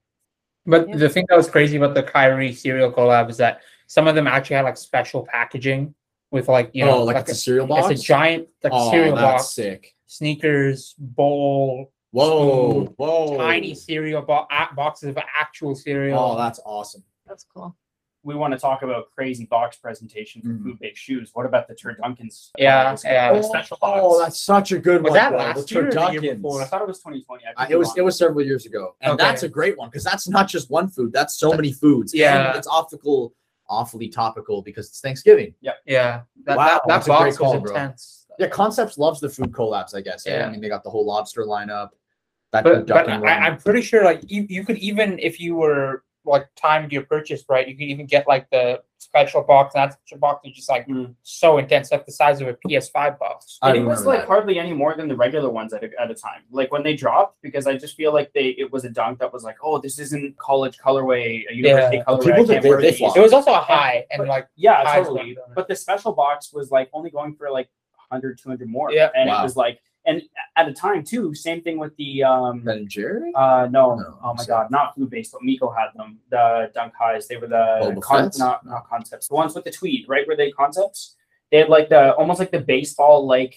C: But
D: Yeah.
C: the thing that was crazy about the Kyrie cereal collab is that some of them actually had like special packaging with like you know
B: oh, like, it's a cereal box.
C: it's a giant like
B: oh,
C: cereal
B: that's
C: box,
B: sick.
C: sneakers, bowl,
B: Whoa, whoa.
C: tiny cereal bo- a- boxes of actual cereal.
B: Oh, that's awesome.
D: That's cool.
A: We want to talk about crazy box presentation for
B: Mhm.
A: food baked shoes. What about the turdunkins?
C: Yeah,
A: Uh,
C: yeah.
A: the special box.
B: Oh, that's such a good
C: Was
B: one.
C: that
B: bro.
C: last
B: The
C: year or the year
B: turduckins.
C: before?
A: I thought it was 2020. I
B: Uh,
A: could
B: it
A: be
B: was
A: wrong.
B: it was several years ago, and
C: Okay.
B: that's a great one because that's not just one food. That's so many foods. and
C: Yeah.
B: it's awful, awfully topical because it's Thanksgiving.
C: yeah. That,
B: Wow,
C: that, that
B: that's a great
C: box
B: call,
C: was
B: bro.
C: intense.
B: Yeah, Concepts loves the food collabs, I guess. Yeah,
C: Yeah.
B: I mean they got the whole lobster lineup. That
C: but, but
B: duck and
C: I, I'm pretty sure like you, you could even if you were like timed your purchase right, you could even get like the special box. And that's a box is just like
B: Hmm.
A: Mm.
C: so intense, like the size of a PS5 box.
B: I
A: And it was
B: remember
A: like
B: that.
A: hardly any more than the regular ones at a, at a time. Like when they dropped, because I just feel like they it was a dunk that was like, oh, this isn't college colorway, a university
C: Yeah.
A: colorway.
B: People
A: I can't
B: did-
A: wear
B: they
A: these.
B: flopped.
C: It was also a high and like
A: Yeah,
C: highs
A: totally.
C: went-
A: But the special box was like only going for like 100, 200 more.
C: Yeah.
A: And
B: Wow.
A: it was like, and at a time too, same thing with the, um,
B: Ben and Jerry.
A: uh, no,
B: No,
A: oh my
B: so-
A: God, not food based, but Miko had them, the Dunk Highs. They were the,
B: Boba
A: con-
B: Fett's?
A: not, not concepts, the ones with the tweed, right? Were they concepts? They had like the, almost like the baseball, like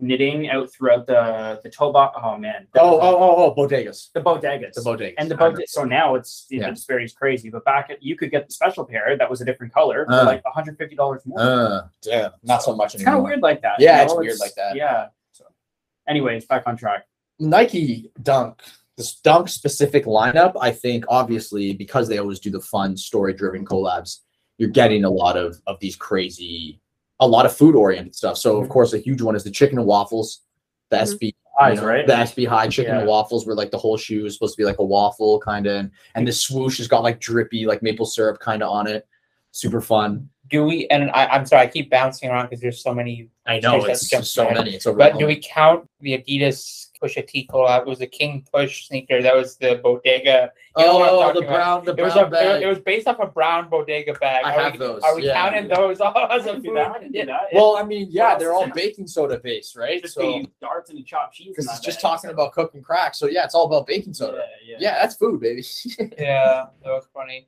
A: knitting out throughout the, the toe box. Oh man. That
B: oh,
A: was-
B: oh, oh, oh, bodegas.
A: the bodegas.
B: The bodegas.
A: and the
B: I remember.
A: budget. So now it's the
B: Yeah.
A: disparity is crazy, but back at, you could get the special pair that was a different color for
B: Uh.
A: like one hundred fifty dollars more.
B: Uh, yeah, not so much
A: It's kind of
B: anymore.
A: weird like that.
B: Yeah, it's weird like that.
A: Yeah. So, anyways, back on track.
B: Nike Dunk, this Dunk specific lineup, I think obviously because they always do the fun story driven collabs, you're getting a lot of of these crazy, a lot of food oriented stuff. So of course, a huge one is the chicken and waffles, the
D: Mhm.
B: SB
A: Eyes,
B: you know,
A: right?
B: The SB High chicken
A: Yeah.
B: and waffles, where like the whole shoe is supposed to be like a waffle kind of, and, and the swoosh has got like drippy like maple syrup kind of on it. Super fun.
C: do we and I, I'm sorry, I keep bouncing around because there's so many
B: I
C: know, it's
B: it's just so
C: just-
B: many. It's over.
C: but do we count the Adidas push a T collab? It was the King Push sneaker, that was the bodega. you know what I'm
B: oh,
C: talking
B: the
C: about.
B: brown, the
C: It was,
B: brown
C: a,
B: bag.
C: it was based off a brown bodega bag.
B: I
C: are
B: have
C: we,
B: those,
C: Are we
B: yeah.
C: counting those all
A: I
C: as a
A: didn't do
C: food?
A: that. I didn't do that.
B: well, I mean, yeah, they're all
A: Yeah.
B: baking soda based,
A: It's
B: right?
A: just
B: So
A: so, darts and you chop cheese.
B: because
A: in
B: it's
A: that
B: just
A: bag,
B: talking
A: so-
B: about cook and crack. So yeah, it's all about baking soda.
A: Yeah,
B: Yeah, that's food, baby.
C: yeah, that was funny.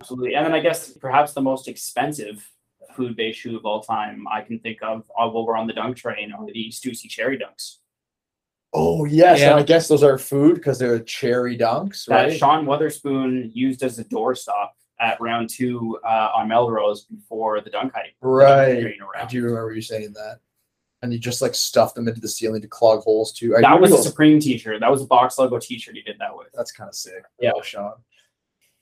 A: absolutely. And then I guess perhaps the most expensive food-based shoe of all time I can think of uh, while we're on the dunk train are the Stussy Cherry Dunks.
B: oh yes,
C: Yeah.
B: and I guess those are food because they're cherry dunks,
A: that
B: right?
A: Sean Weatherspoon used as a doorstop at round two uh, on Melrose before the dunk hype.
B: right. I
A: Around.
B: do remember you saying that. And you just like stuffed them into the ceiling to clog holes too. I
A: That was a
B: remember those-
A: Supreme t-shirt. That was a box logo t-shirt he did that with.
B: that's kind of sick.
A: Yeah.
B: Well, Sean.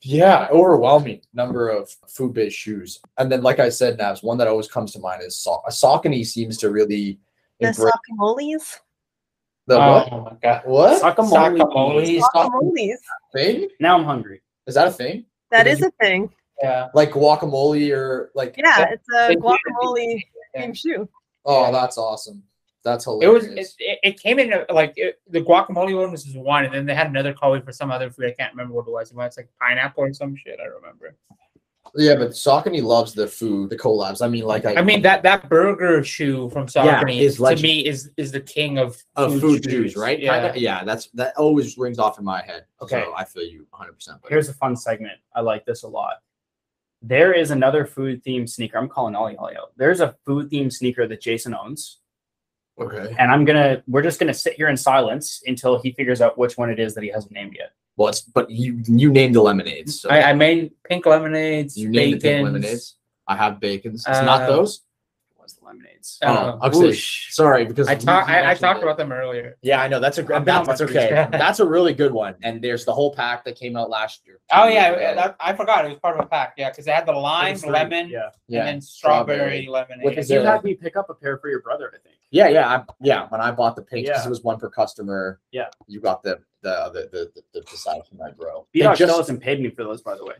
B: Yeah, overwhelming number of food based shoes. And then, like I said, Nabs, one that always comes to mind is so- Saucony E seems to really
D: The
B: embrace
D: sockamoles.
B: the
A: Uh,
B: what?
C: Oh my god.
B: What?
A: Guacamole.
C: Guacamole.
D: Guacamoles.
B: thing?
A: Now I'm hungry.
B: Is that a thing?
D: That
B: Did
D: is a thing.
C: Yeah.
B: Like guacamole or like?
D: Yeah, it's a
C: They-
D: guacamole
C: Yeah.
D: themed shoe.
B: Oh, that's awesome. That's
C: It was
B: hilarious.
C: it, it it came in uh, like it, the guacamole one was just one, and then they had another color for some other food. I can't remember what it was. It was like pineapple or some shit. I don't remember.
B: yeah, but Saucony loves the food, the collabs. I mean, like I,
C: I mean that that burger shoe from
B: Yeah,
C: Saucony
B: is
C: to
B: legend.
C: me is is the king of
B: of Oh, food shoes, right?
C: Yeah.
B: Kinda- yeah, that's that always rings off in my head.
A: Okay.
B: so I feel you 100. percent
A: Here's a fun segment. I like this a lot. There is another food-themed sneaker. I'm calling Ollie Ollie out. There's a food-themed sneaker that Jason owns,
B: Okay.
A: and I'm gonna. We're just gonna sit here in silence until he figures out which one it is that he hasn't named yet.
B: Well, it's but you you named the lemonades. So
C: I, I made pink lemonades,
B: you
C: you
B: named the pink
C: bacon,
B: lemonades. I have bacon's. It's not
C: Uh,
B: those. What's the
A: lemonades.
B: Oh,
C: Oh,
B: I'm sorry.
C: whoosh.
B: sorry because
C: I talked.
B: you
C: I, I
B: mentioned
C: talked
B: it.
C: about them earlier.
B: Yeah, I know that's a
C: I'm
B: great.
C: down
B: That's
C: with
B: okay.
C: these.
B: that's a really good one. And there's the whole pack that came out last year. two
C: Oh
B: years
C: yeah,
B: ago.
C: yeah, that, I forgot it was part of a pack. Yeah, because they had the lime,
A: There's three,
C: lemon,
A: Yeah.
B: yeah,
C: and then strawberry,
B: strawberry.
C: lemonade.
B: With
A: If
B: the-
A: you had me pick up a pair for your brother, I think.
B: yeah, yeah, I, yeah. When I bought the pink, because
A: Yeah.
B: it was one per customer.
A: Yeah.
B: you got the uh, the the the the, the, the side from my bro. They
A: B Dog
B: just
A: Dillison paid me for those, by the way.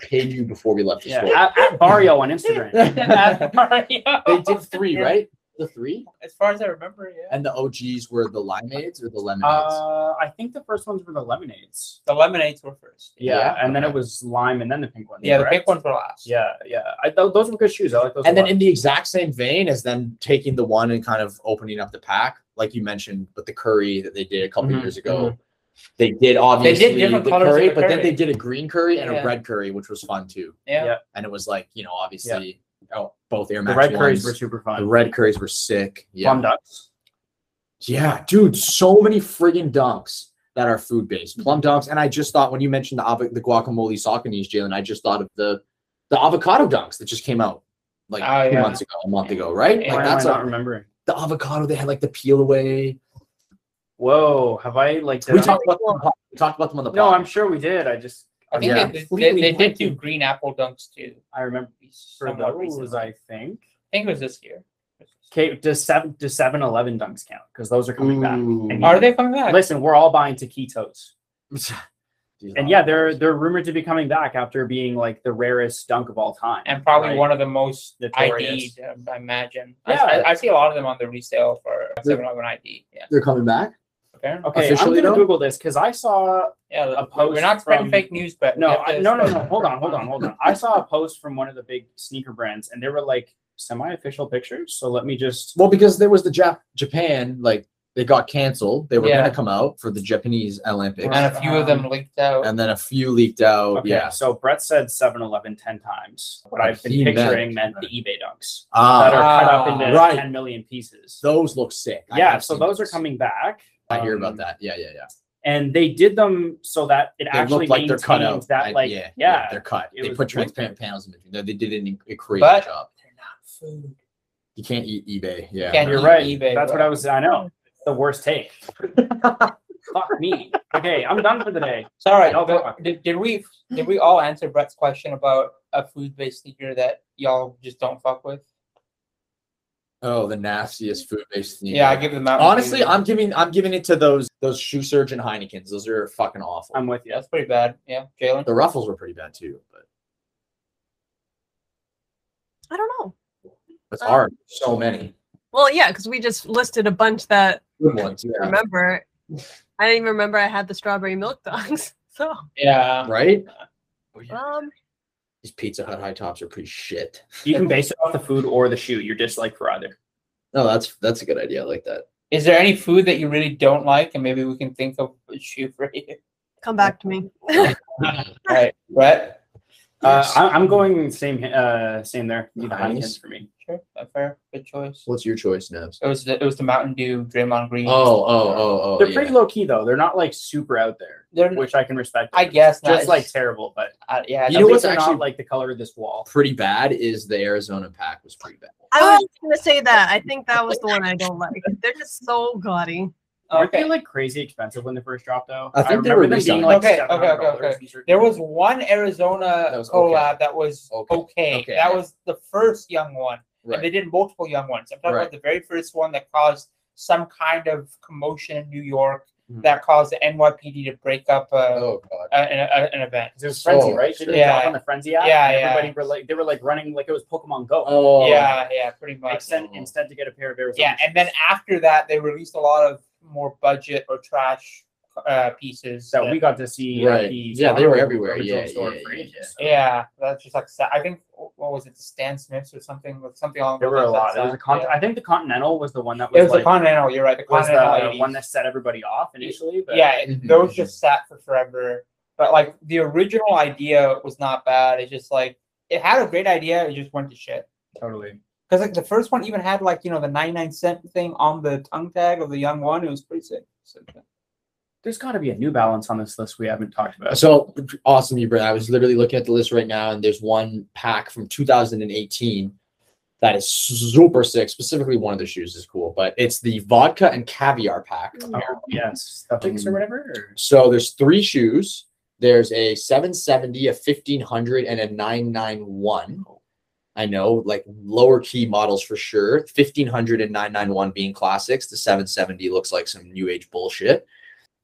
B: paid you before we left the
A: Yeah.
B: store.
A: At, at Barrio on Instagram.
C: At Mario.
B: they did three, right? The three
C: As far as I remember, yeah.
B: and the OGs were the limeades or the lemonades.
A: uh, I think the first ones were the lemonades.
C: The lemonades were first.
A: Yeah,
B: Yeah,
A: and then
B: okay.
A: it was lime, and then the pink one.
C: Yeah, the
A: correct?
C: pink ones were last.
A: Yeah, yeah. I, th- those were good shoes. I like those.
B: and
A: a
B: then
A: lot.
B: in the exact same vein as then taking the one and kind of opening up the pack, like you mentioned, with the curry that they did a couple
A: Mhm,
B: years ago. They did obviously
C: different
B: the
C: colors of
B: curry,
C: the
B: but then
C: curry.
B: they did a green curry and a
C: Yeah.
B: red curry, which was fun too.
C: Yeah.
A: Yeah.
B: And it was like you know obviously oh both Air
A: the
B: Max
A: red curries were
B: ones.
A: super
B: the
A: fun.
B: red curries were sick. Yeah,
A: Plum ducks.
B: yeah, dude, so many friggin' dunks that are food based, plum dunks. And I just thought when you mentioned the avo- the guacamole Sauconese, Jalen, I just thought of the the avocado dunks that just came out like
C: Oh,
B: two
C: yeah.
B: months ago, a month ago, right?
C: Yeah.
A: Ah, Why
B: Like
A: am I
B: that's
A: not
B: a,
A: remembering?
B: the avocado. They had like the peel away.
A: Whoa, have I like? did
B: We
A: I-
B: talked about them on the, we talked about them on the
A: no,
B: pod.
A: I'm sure we did. I just
C: I think
B: Yeah.
C: they, they,
B: Completely
C: they did do
B: blanking.
C: green apple dunks too.
A: I remember for
C: Somewhat
A: those.
C: recently. I
A: I think.
C: think it was this year.
A: Okay, does seven does seven eleven dunks count? Because those are coming
B: Ooh.
A: back.
C: Are they coming back?
A: Listen, we're all buying taquitos,
B: Jeez,
A: and yeah, they're they're rumored to be coming back after being like the rarest dunk of all time,
C: and probably
A: right?
C: one of the most
A: Notorious.
C: ID'd, um, I imagine.
A: Yeah.
C: I, I, I see a lot of them on the resale for 711 ID. Yeah.
B: they're coming back.
C: Okay.
A: Okay, I'm
B: Officially,
A: gonna
B: though?
A: Google this because I saw
C: Yeah.
A: A
C: we- we're not
A: post
C: spreading
A: from-
C: fake news, but we
A: No,
C: have
A: I,
C: to
A: no, no, no.
C: spread-
A: Hold on, hold on, hold on. I saw a post from one of the big sneaker brands, and they were like semi-official pictures. So let me just.
B: Well, because there was the Jap- Japan like they got canceled. They were
C: Yeah.
B: gonna come out for the Japanese Olympics,
C: And a few of them leaked out.
B: and then a few leaked out.
A: Okay,
B: Oh, Yeah.
A: so Brett said 7-Eleven 10 times. What I've been
B: He meant-
A: picturing meant the eBay dunks that
B: Ah,
A: are cut up into
B: right.
A: 10 million pieces.
B: those look sick. I
A: yeah,
B: have
A: so
B: seen
A: those are coming back.
B: I hear
A: Um,
B: about that. Yeah, yeah, yeah.
A: And they did them so that it
B: They
A: actually
B: look like they're cut
A: maintains
B: out.
A: that, like, yeah,
B: they're cut.
A: it
B: They
A: was
B: put
A: really
B: transparent panels in between. No, They did an incredible
C: But-
B: job.
C: They're not food.
B: You can't eat eBay. Yeah,
C: can't
A: you're
C: eat
A: right.
C: eBay,
A: That's
C: bro.
A: what I was. I know. The worst take. Fuck me. Okay, I'm done for the day.
C: It's all right.
A: No,
C: but
A: go on.
C: did, did we
B: Mm-hmm.
C: did we all answer Brett's question about a food based sneaker that y'all just don't fuck with?
B: Oh, the nastiest food-based sneaker.
C: Yeah, I give them out.
B: Honestly, I'm giving I'm giving it to those those shoe surgeon Heinekens. Those are fucking awful.
A: I'm with you.
C: Yeah, that's pretty bad. Yeah, Jalen.
B: the ruffles were pretty bad too, but
D: I don't know.
B: it's
D: Um,
B: hard. So many
D: Well, yeah, because we just listed a bunch that
B: good ones. Yeah.
D: remember. I didn't even remember I had the strawberry milk dogs. So,
C: Yeah.
B: Right?
D: um,
B: These Pizza Hut high tops are pretty shit.
A: You can base it off the food or the shoe. Your dislike for either.
B: No, that's that's a good idea. I like that.
C: Is there any food that you really don't like, and maybe we can think of a shoe for you?
D: come back to me.
C: All right, Brett.
A: Uh, I, I'm going same uh, same there. Be the
B: Nice.
A: Heineken's for me.
C: Sure, that's fair. Good choice.
B: What's your choice, Nebs?
C: It was the it was the Mountain Dew Draymond Green.
B: Oh, oh, oh, oh.
A: They're
B: yeah.
A: pretty low key though. They're not like super out there,
C: They're-
A: which I can respect.
C: I guess not.
A: just like
C: It's-
A: terrible, but
C: uh,
B: You
C: yeah.
A: at
B: know
A: least
B: what's
A: they're
B: actually-
A: not like the color of this wall.
B: pretty bad is the Arizona pack was pretty bad.
D: I was just gonna say that. I think that was the one I don't like. They're just so gaudy.
A: Aren't they
C: Okay.
A: like crazy expensive when they first dropped out?
B: I think they
A: remember
B: were
A: them being
B: reselling.
A: like
C: Okay, okay, okay,
A: $700.
C: There was one Arizona
B: That was okay.
C: collab that was
B: Okay.
C: okay.
B: Okay,
C: That
B: yeah.
C: was the first young one. And they
B: Right.
C: did multiple young ones. I'm talking
B: Right.
C: about the very first one that caused some kind of commotion in New York
A: Mhm.
C: that caused the NYPD to break up uh,
B: Oh god.
C: a- an, a- an event.
A: 'Cause It was frenzy,
B: Oh,
A: right? Did
C: yeah.
A: drop on the frenzy app?
C: Yeah,
A: and
C: yeah.
A: Everybody were like, they were like running like it was Pokemon Go.
B: Oh
C: Yeah, yeah, pretty much.
A: Except- instead to get a pair of Arizona.
C: Yeah, and then
A: shoes
C: after that, they released a lot of more budget or trash uh, pieces.
A: that we got to see. at
B: Right.
A: the
B: Yeah, they were everywhere.
A: original
B: Yeah,
A: store
B: yeah,
A: for
B: yeah,
A: ages.
B: yeah.
C: Yeah, that's just like sad. I think what was it, the Stan Smiths or something with something along
A: There
C: those
A: were a
C: lines, that
A: lot. There was a
C: sucked,
A: con-
C: yeah.
A: I think the Continental was the one that was,
C: It was
A: like
C: the Continental. You're right. The
A: was
C: Continental.
A: the uh,
C: 80s.
A: one that set everybody off initially. But
C: yeah, it-
B: Mhm.
C: those just sat for forever. But like the original idea was not bad. It's just like it had a great idea. It just went to shit.
A: totally.
C: Because like the first one even had like you know the 99 cent thing on the tongue tag of the young one. It was pretty sick. So,
A: There's got to be a New Balance on this list we haven't talked about.
B: So awesome, you bring. I was literally looking at the list right now, and there's one pack from 2018 That is super sick. Specifically, one of the shoes is cool, but it's the vodka and caviar pack.
A: Oh, yes, stuffings or whatever. or-
B: So there's three shoes. There's a 770, a 1500, and a 991. I know, like lower key models for sure. 1500 and 991 being classics. The 770 looks like some new age bullshit.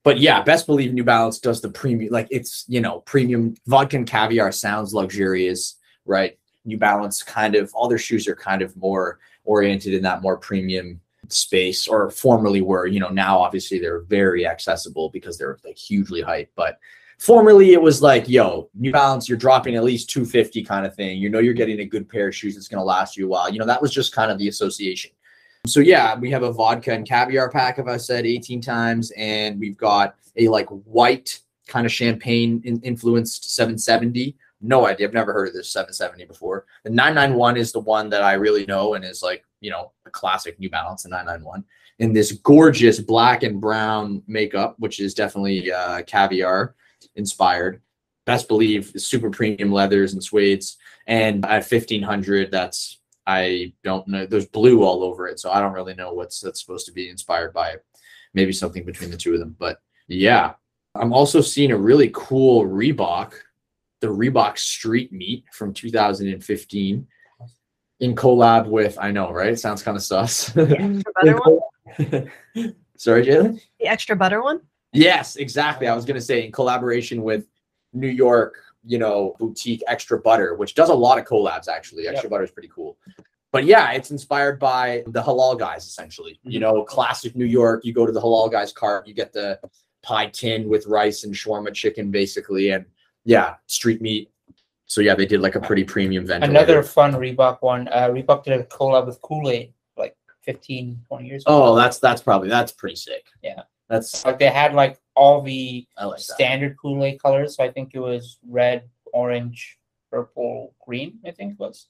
B: But yeah, best believe New Balance does the premium, like it's, you know, premium vodka and caviar sounds luxurious, right? New Balance kind of, all their shoes are kind of more oriented in that more premium space or formerly were you know now obviously they're very accessible because they're like hugely hyped but formerly it was like yo new balance you're dropping at least 250 kind of thing you know you're getting a good pair of shoes that's going to last you a while you know that was just kind of the association so yeah we have a vodka and caviar pack of i said 18 times and we've got a like white kind of champagne in- influenced 770 no idea i've never heard of this 770 before the 991 is the one that I really know and is like, you know, a classic New Balance, the 991. In this gorgeous black and brown makeup, which is definitely uh, caviar inspired. Best believe is super premium leathers and suedes. And at 1500, that's, I don't know, there's blue all over it. So I don't really know what's that's supposed to be inspired by it. Maybe something between the two of them. But yeah, I'm also seeing a really cool Reebok the Reebok Street Meet from 2015 in collab with I know, right? Sounds kind of sus.
D: extra butter one?
B: Sorry, Jalen.
D: The extra butter one?
B: Yes, exactly. I was gonna say in collaboration with New York, you know, boutique Extra Butter, which does a lot of collabs actually. Extra Butter is pretty cool. But yeah, it's inspired by the halal guys essentially.
C: Mm-hmm.
B: You know, classic New York. You go to the halal guys cart, you get the pie tin with rice and shawarma chicken basically, and yeah, street meat. So yeah, they did like a pretty premium vendor.
C: Another fun Reebok one. Uh, Reebok did a collab with Kool Aid like 15, 20 years ago.
B: Oh, that's that's probably that's pretty sick.
C: Yeah.
B: That's
C: Like they had like all the
B: I like that.
C: standard Kool Aid colors. So I think it was red, orange, purple, green. I think it was.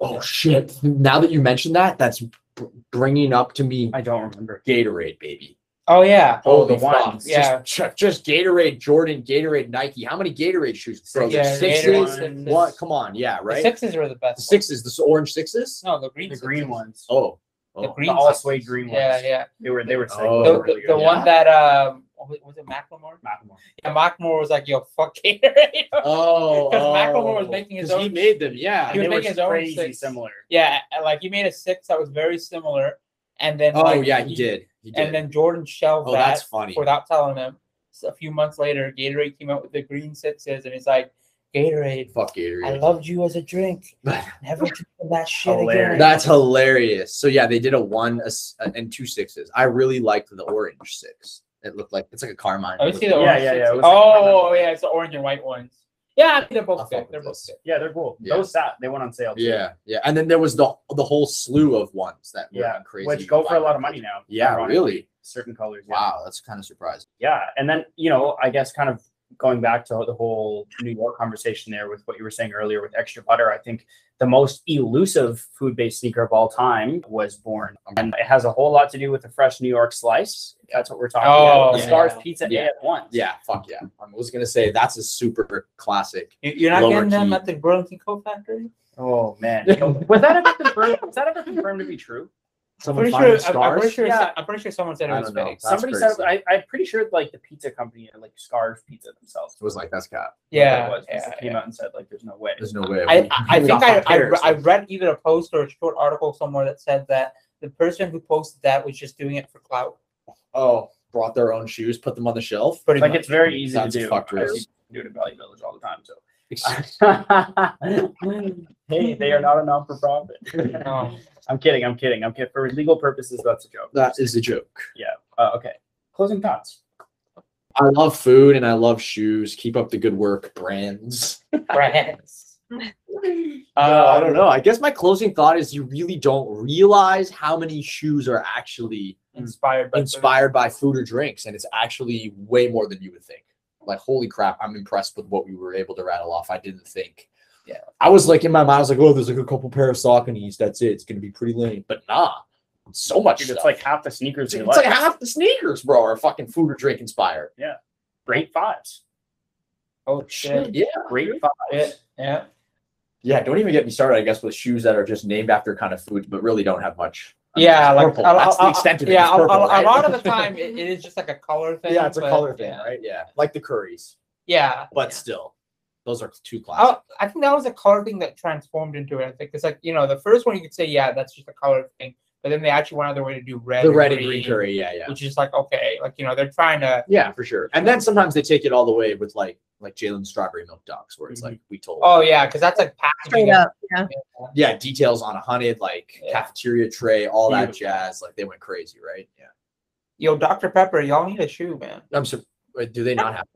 B: Oh shit! Now that you mention that, that's br- bringing up to me
A: I don't remember.
B: Gatorade, baby.
C: Oh yeah,
A: Oh, the
B: Holy fuck.
A: ones,
C: yeah.
B: Just, just Gatorade, Jordan, Gatorade, Nike. How many Gatorade shoes? Bro,
C: Yeah,
B: there's
A: Gatorade,
B: sixes.
A: sixes.
B: What? Come on, yeah,
C: The
B: right. The,
C: sixes were the best. ones.
B: sixes, the s- orange sixes.
C: No, the green.
A: The green
C: sixes.
A: ones.
B: Oh,
C: The
B: oh.
C: green.
A: The all
C: sixes.
A: suede green ones.
C: Yeah, yeah.
A: They were they were sick.
B: Oh,
A: They
C: The,
A: were really
C: the
A: good.
C: one that um was was it Macklemore?
A: Macklemore.
C: Yeah, Macklemore was like, "Yo, fuck Gatorade."
B: Oh,
C: 'Cause Macklemore
B: oh.
C: was making his
B: 'Cause He
C: own-
B: made them, yeah.
C: He
A: They
C: would
A: were
C: make his own
A: crazy
C: six.
A: similar.
C: yeah, and, like he made a six that was very similar, and then
B: Oh
C: like,
B: yeah, he did. He did.
C: And then Jordan shelved
B: oh,
C: that.
B: that's funny.
C: without telling him. So a few months later, Gatorade came out with the green sixes, and he's like, Gatorade,
B: Fuck
C: I
B: Gatorade.
C: loved you as a drink. Never drinking that shit
A: Hilarious.
C: again. Oh,
B: That's hilarious. So yeah, they did a one a s- a- and two sixes. I really liked the orange six. It looked like it's like a Carmine.
C: I would Oh, see the
A: Yeah,
C: orange
A: yeah, yeah, it
C: sixes.
A: was like-
C: Oh, yeah, it's the orange and white ones. Yeah, they're
B: I'll
C: both
B: fuck
C: good.
B: with
C: They're both
B: this.
C: good.
A: Yeah, they're cool.
B: Yeah.
A: Those sat. They went on sale. too.
B: Yeah, yeah. And then there was the the whole slew of ones that were
A: Yeah,
B: crazy.
A: which go for a lot of money now.
B: Yeah,
A: ironically.
B: really.
A: Certain colors. yeah.
B: Wow, that's kind of surprising.
A: yeah and then you know i guess kind of going back to the whole new york conversation there with what you were saying earlier with extra butter i think the most elusive food-based sneaker of all time was born and it has a whole lot to do with the fresh new york slice that's what we're talking
C: Oh,
A: about the
B: yeah.
A: stars pizza
B: Yeah.
A: yeah. at once
B: Yeah, fuck yeah. I was gonna say that's a super classic.
C: You- You're not
B: Lower
C: getting them
B: key.
C: at the Burlington Co Factory?
A: oh man was that ever confirmed was that ever confirmed to be true
C: I'm
B: Someone
C: pretty
B: find
C: sure.
B: the
C: I'm- I'm pretty
B: stars.
C: sure.
A: Yeah.
C: I'm pretty sure someone said it
B: I
C: was
B: don't know.
C: fake.
B: That's
A: somebody said
B: crazy.
A: I, i'm pretty sure like the pizza company like stars pizza themselves
B: It was like that's cat.
C: Yeah,
A: It was, because
C: yeah,
A: they came out and said like there's no way
B: There's no way.
C: I,
B: We-
C: I I
B: we
C: think
B: got
C: I,
B: fucked
C: I,
B: here,
C: re-
B: so-
C: I read either a post or a short article somewhere that said that the person who posted that was just doing it for clout.
B: oh brought their own shoes, put them on the shelf.
C: Pretty
A: like
C: much.
A: it's very easy
B: Sounds
A: to do
B: fucked
A: I
B: up.
A: see people do it at valley village all the time so hey, they are not a non for profit.
C: No.
A: I'm kidding. I'm kidding. I'm kidding. For legal purposes, that's a joke.
B: That is a joke.
A: Uh, okay. Closing thoughts.
B: I love food and I love shoes. Keep up the good work, brands.
C: brands.
B: Uh, I don't know. I guess my closing thought is you really don't realize how many shoes are actually
C: Inspired by
B: inspired by food or drinks, and it's actually way more than you would think. Like, holy crap, I'm impressed with what we were able to rattle off. I didn't think.
C: Yeah.
B: I was like in my mind, I was like, oh, there's like a couple pair of Sauconys. That's it. It's gonna be pretty lame. But nah, so much.
A: Dude,
B: stuff.
A: it's like half the sneakers
B: it's,
A: they
B: it's
A: like.
B: like half the sneakers, bro, are fucking food or drink inspired.
A: Great fives.
C: Oh shit!
B: Yeah.
A: Great fives.
C: Yeah.
B: Yeah, don't even get me started. I guess with shoes that are just named after kind of foods, but really don't have much. I mean,
C: Yeah,
B: it's
C: like
B: purple.
C: a-
B: that's
C: a-
B: the extent of it.
C: Yeah,
B: it's
C: a-
B: purple,
C: a, a
B: right?
C: lot of the time it, it is just like a color thing.
B: yeah, it's a
C: but-
B: color thing,
C: yeah.
B: right? Yeah, like the curries,
C: Yeah,
B: but still, those are two classic.
C: I, I think that was a color thing that transformed into it. I think it's like you know the first one you could say yeah that's just a color thing, but then they actually went out of their way to do red,
B: the red and green curry. Yeah, yeah,
C: which is like okay, like you know they're trying to
B: yeah, for sure. And then sometimes they take it all the way with like like Jalen's strawberry milk ducks, where it's
A: Mhm.
B: like we told.
C: oh yeah because that's like
D: Straight
C: packaging.
D: up. Yeah.
B: yeah, details on a hunted like
C: Yeah.
B: cafeteria tray, all that
A: Beautiful.
B: jazz. Like they went crazy, right? Yeah.
C: Yo, Dr Pepper, y'all need a shoe, man.
B: I'm sur- wait, Do they not have?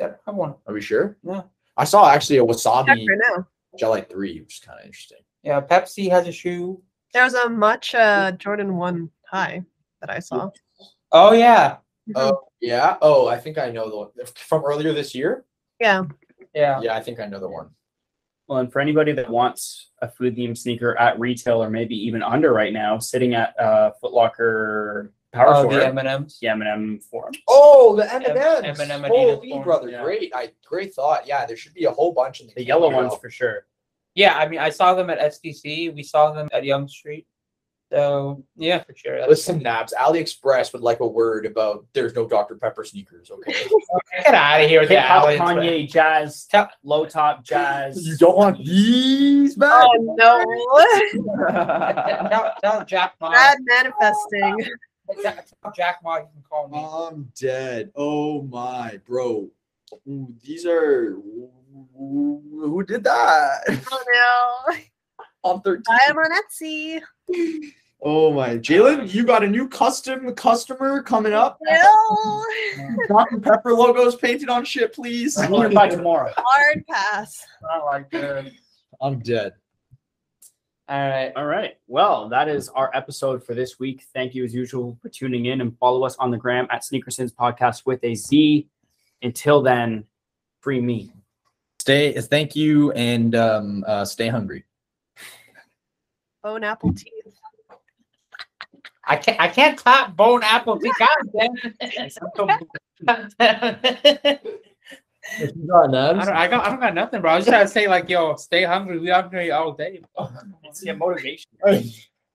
C: Yeah, I want.
B: Are we sure?
C: Yeah.
B: I saw actually a
D: Check
B: wasabi
D: for now.
B: jelly three, which is kind of interesting.
C: Yeah, Pepsi has a shoe.
D: There was a matcha Jordan 1 high that I saw.
C: Oh yeah,
B: Yeah. Oh, I think I know the one from earlier this year.
D: Yeah.
C: yeah.
B: Yeah, I think I know the one.
A: Well, and for anybody that wants a food themed sneaker at retail or maybe even under right now, sitting at uh, Foot Locker Power
C: Oh, the
A: Forum,
C: M and M's.
A: the M&M Forum.
B: Oh, the M
C: M&M
B: Holy
C: Adidas one,
B: brother,
A: yeah.
B: great! I great thought. Yeah, there should be a whole bunch in the,
A: The yellow
B: catalog.
A: ones for sure.
C: Yeah, I mean, I saw them at SDC. We saw them at Young Street. So yeah, for sure. That's-
B: Listen, Nabs, AliExpress would like a word about there's no Dr Pepper sneakers. Okay.
C: get out of here with the
A: Hip hop,
C: alleys, man.
A: Kanye, jazz,
C: Tell-
A: low top jazz.
B: don't want these back.
D: Oh no.
C: tell, tell Jack Ma.
D: Bad manifesting.
C: Tell Jack Ma you can call me.
B: I'm dead. Oh my, bro. Ooh, These are who did that
D: Oh no.
B: on 13?
D: I am on Etsy.
B: Oh my, Jalen, you got a new custom customer coming up.
D: No.
B: Dr Pepper logos painted on shit, please.
A: I need it by tomorrow.
D: Hard pass.
C: Not like uh, good.
B: I'm dead.
C: All right.
A: All right. Well, that is our episode for this week. Thank you, as usual, for tuning in and follow us on the gram at Sneakersins Podcast with a Z. Until then, free me.
B: Stay. Thank you, and um, uh, stay hungry.
D: Bone apple teeth.
C: I can't. I can't top bone apple tea. God damn it. I don't. I got. I don't got nothing, bro. I was just trying to say, like, yo, stay hungry. We hungry all day. Bro.
A: It's the motivation.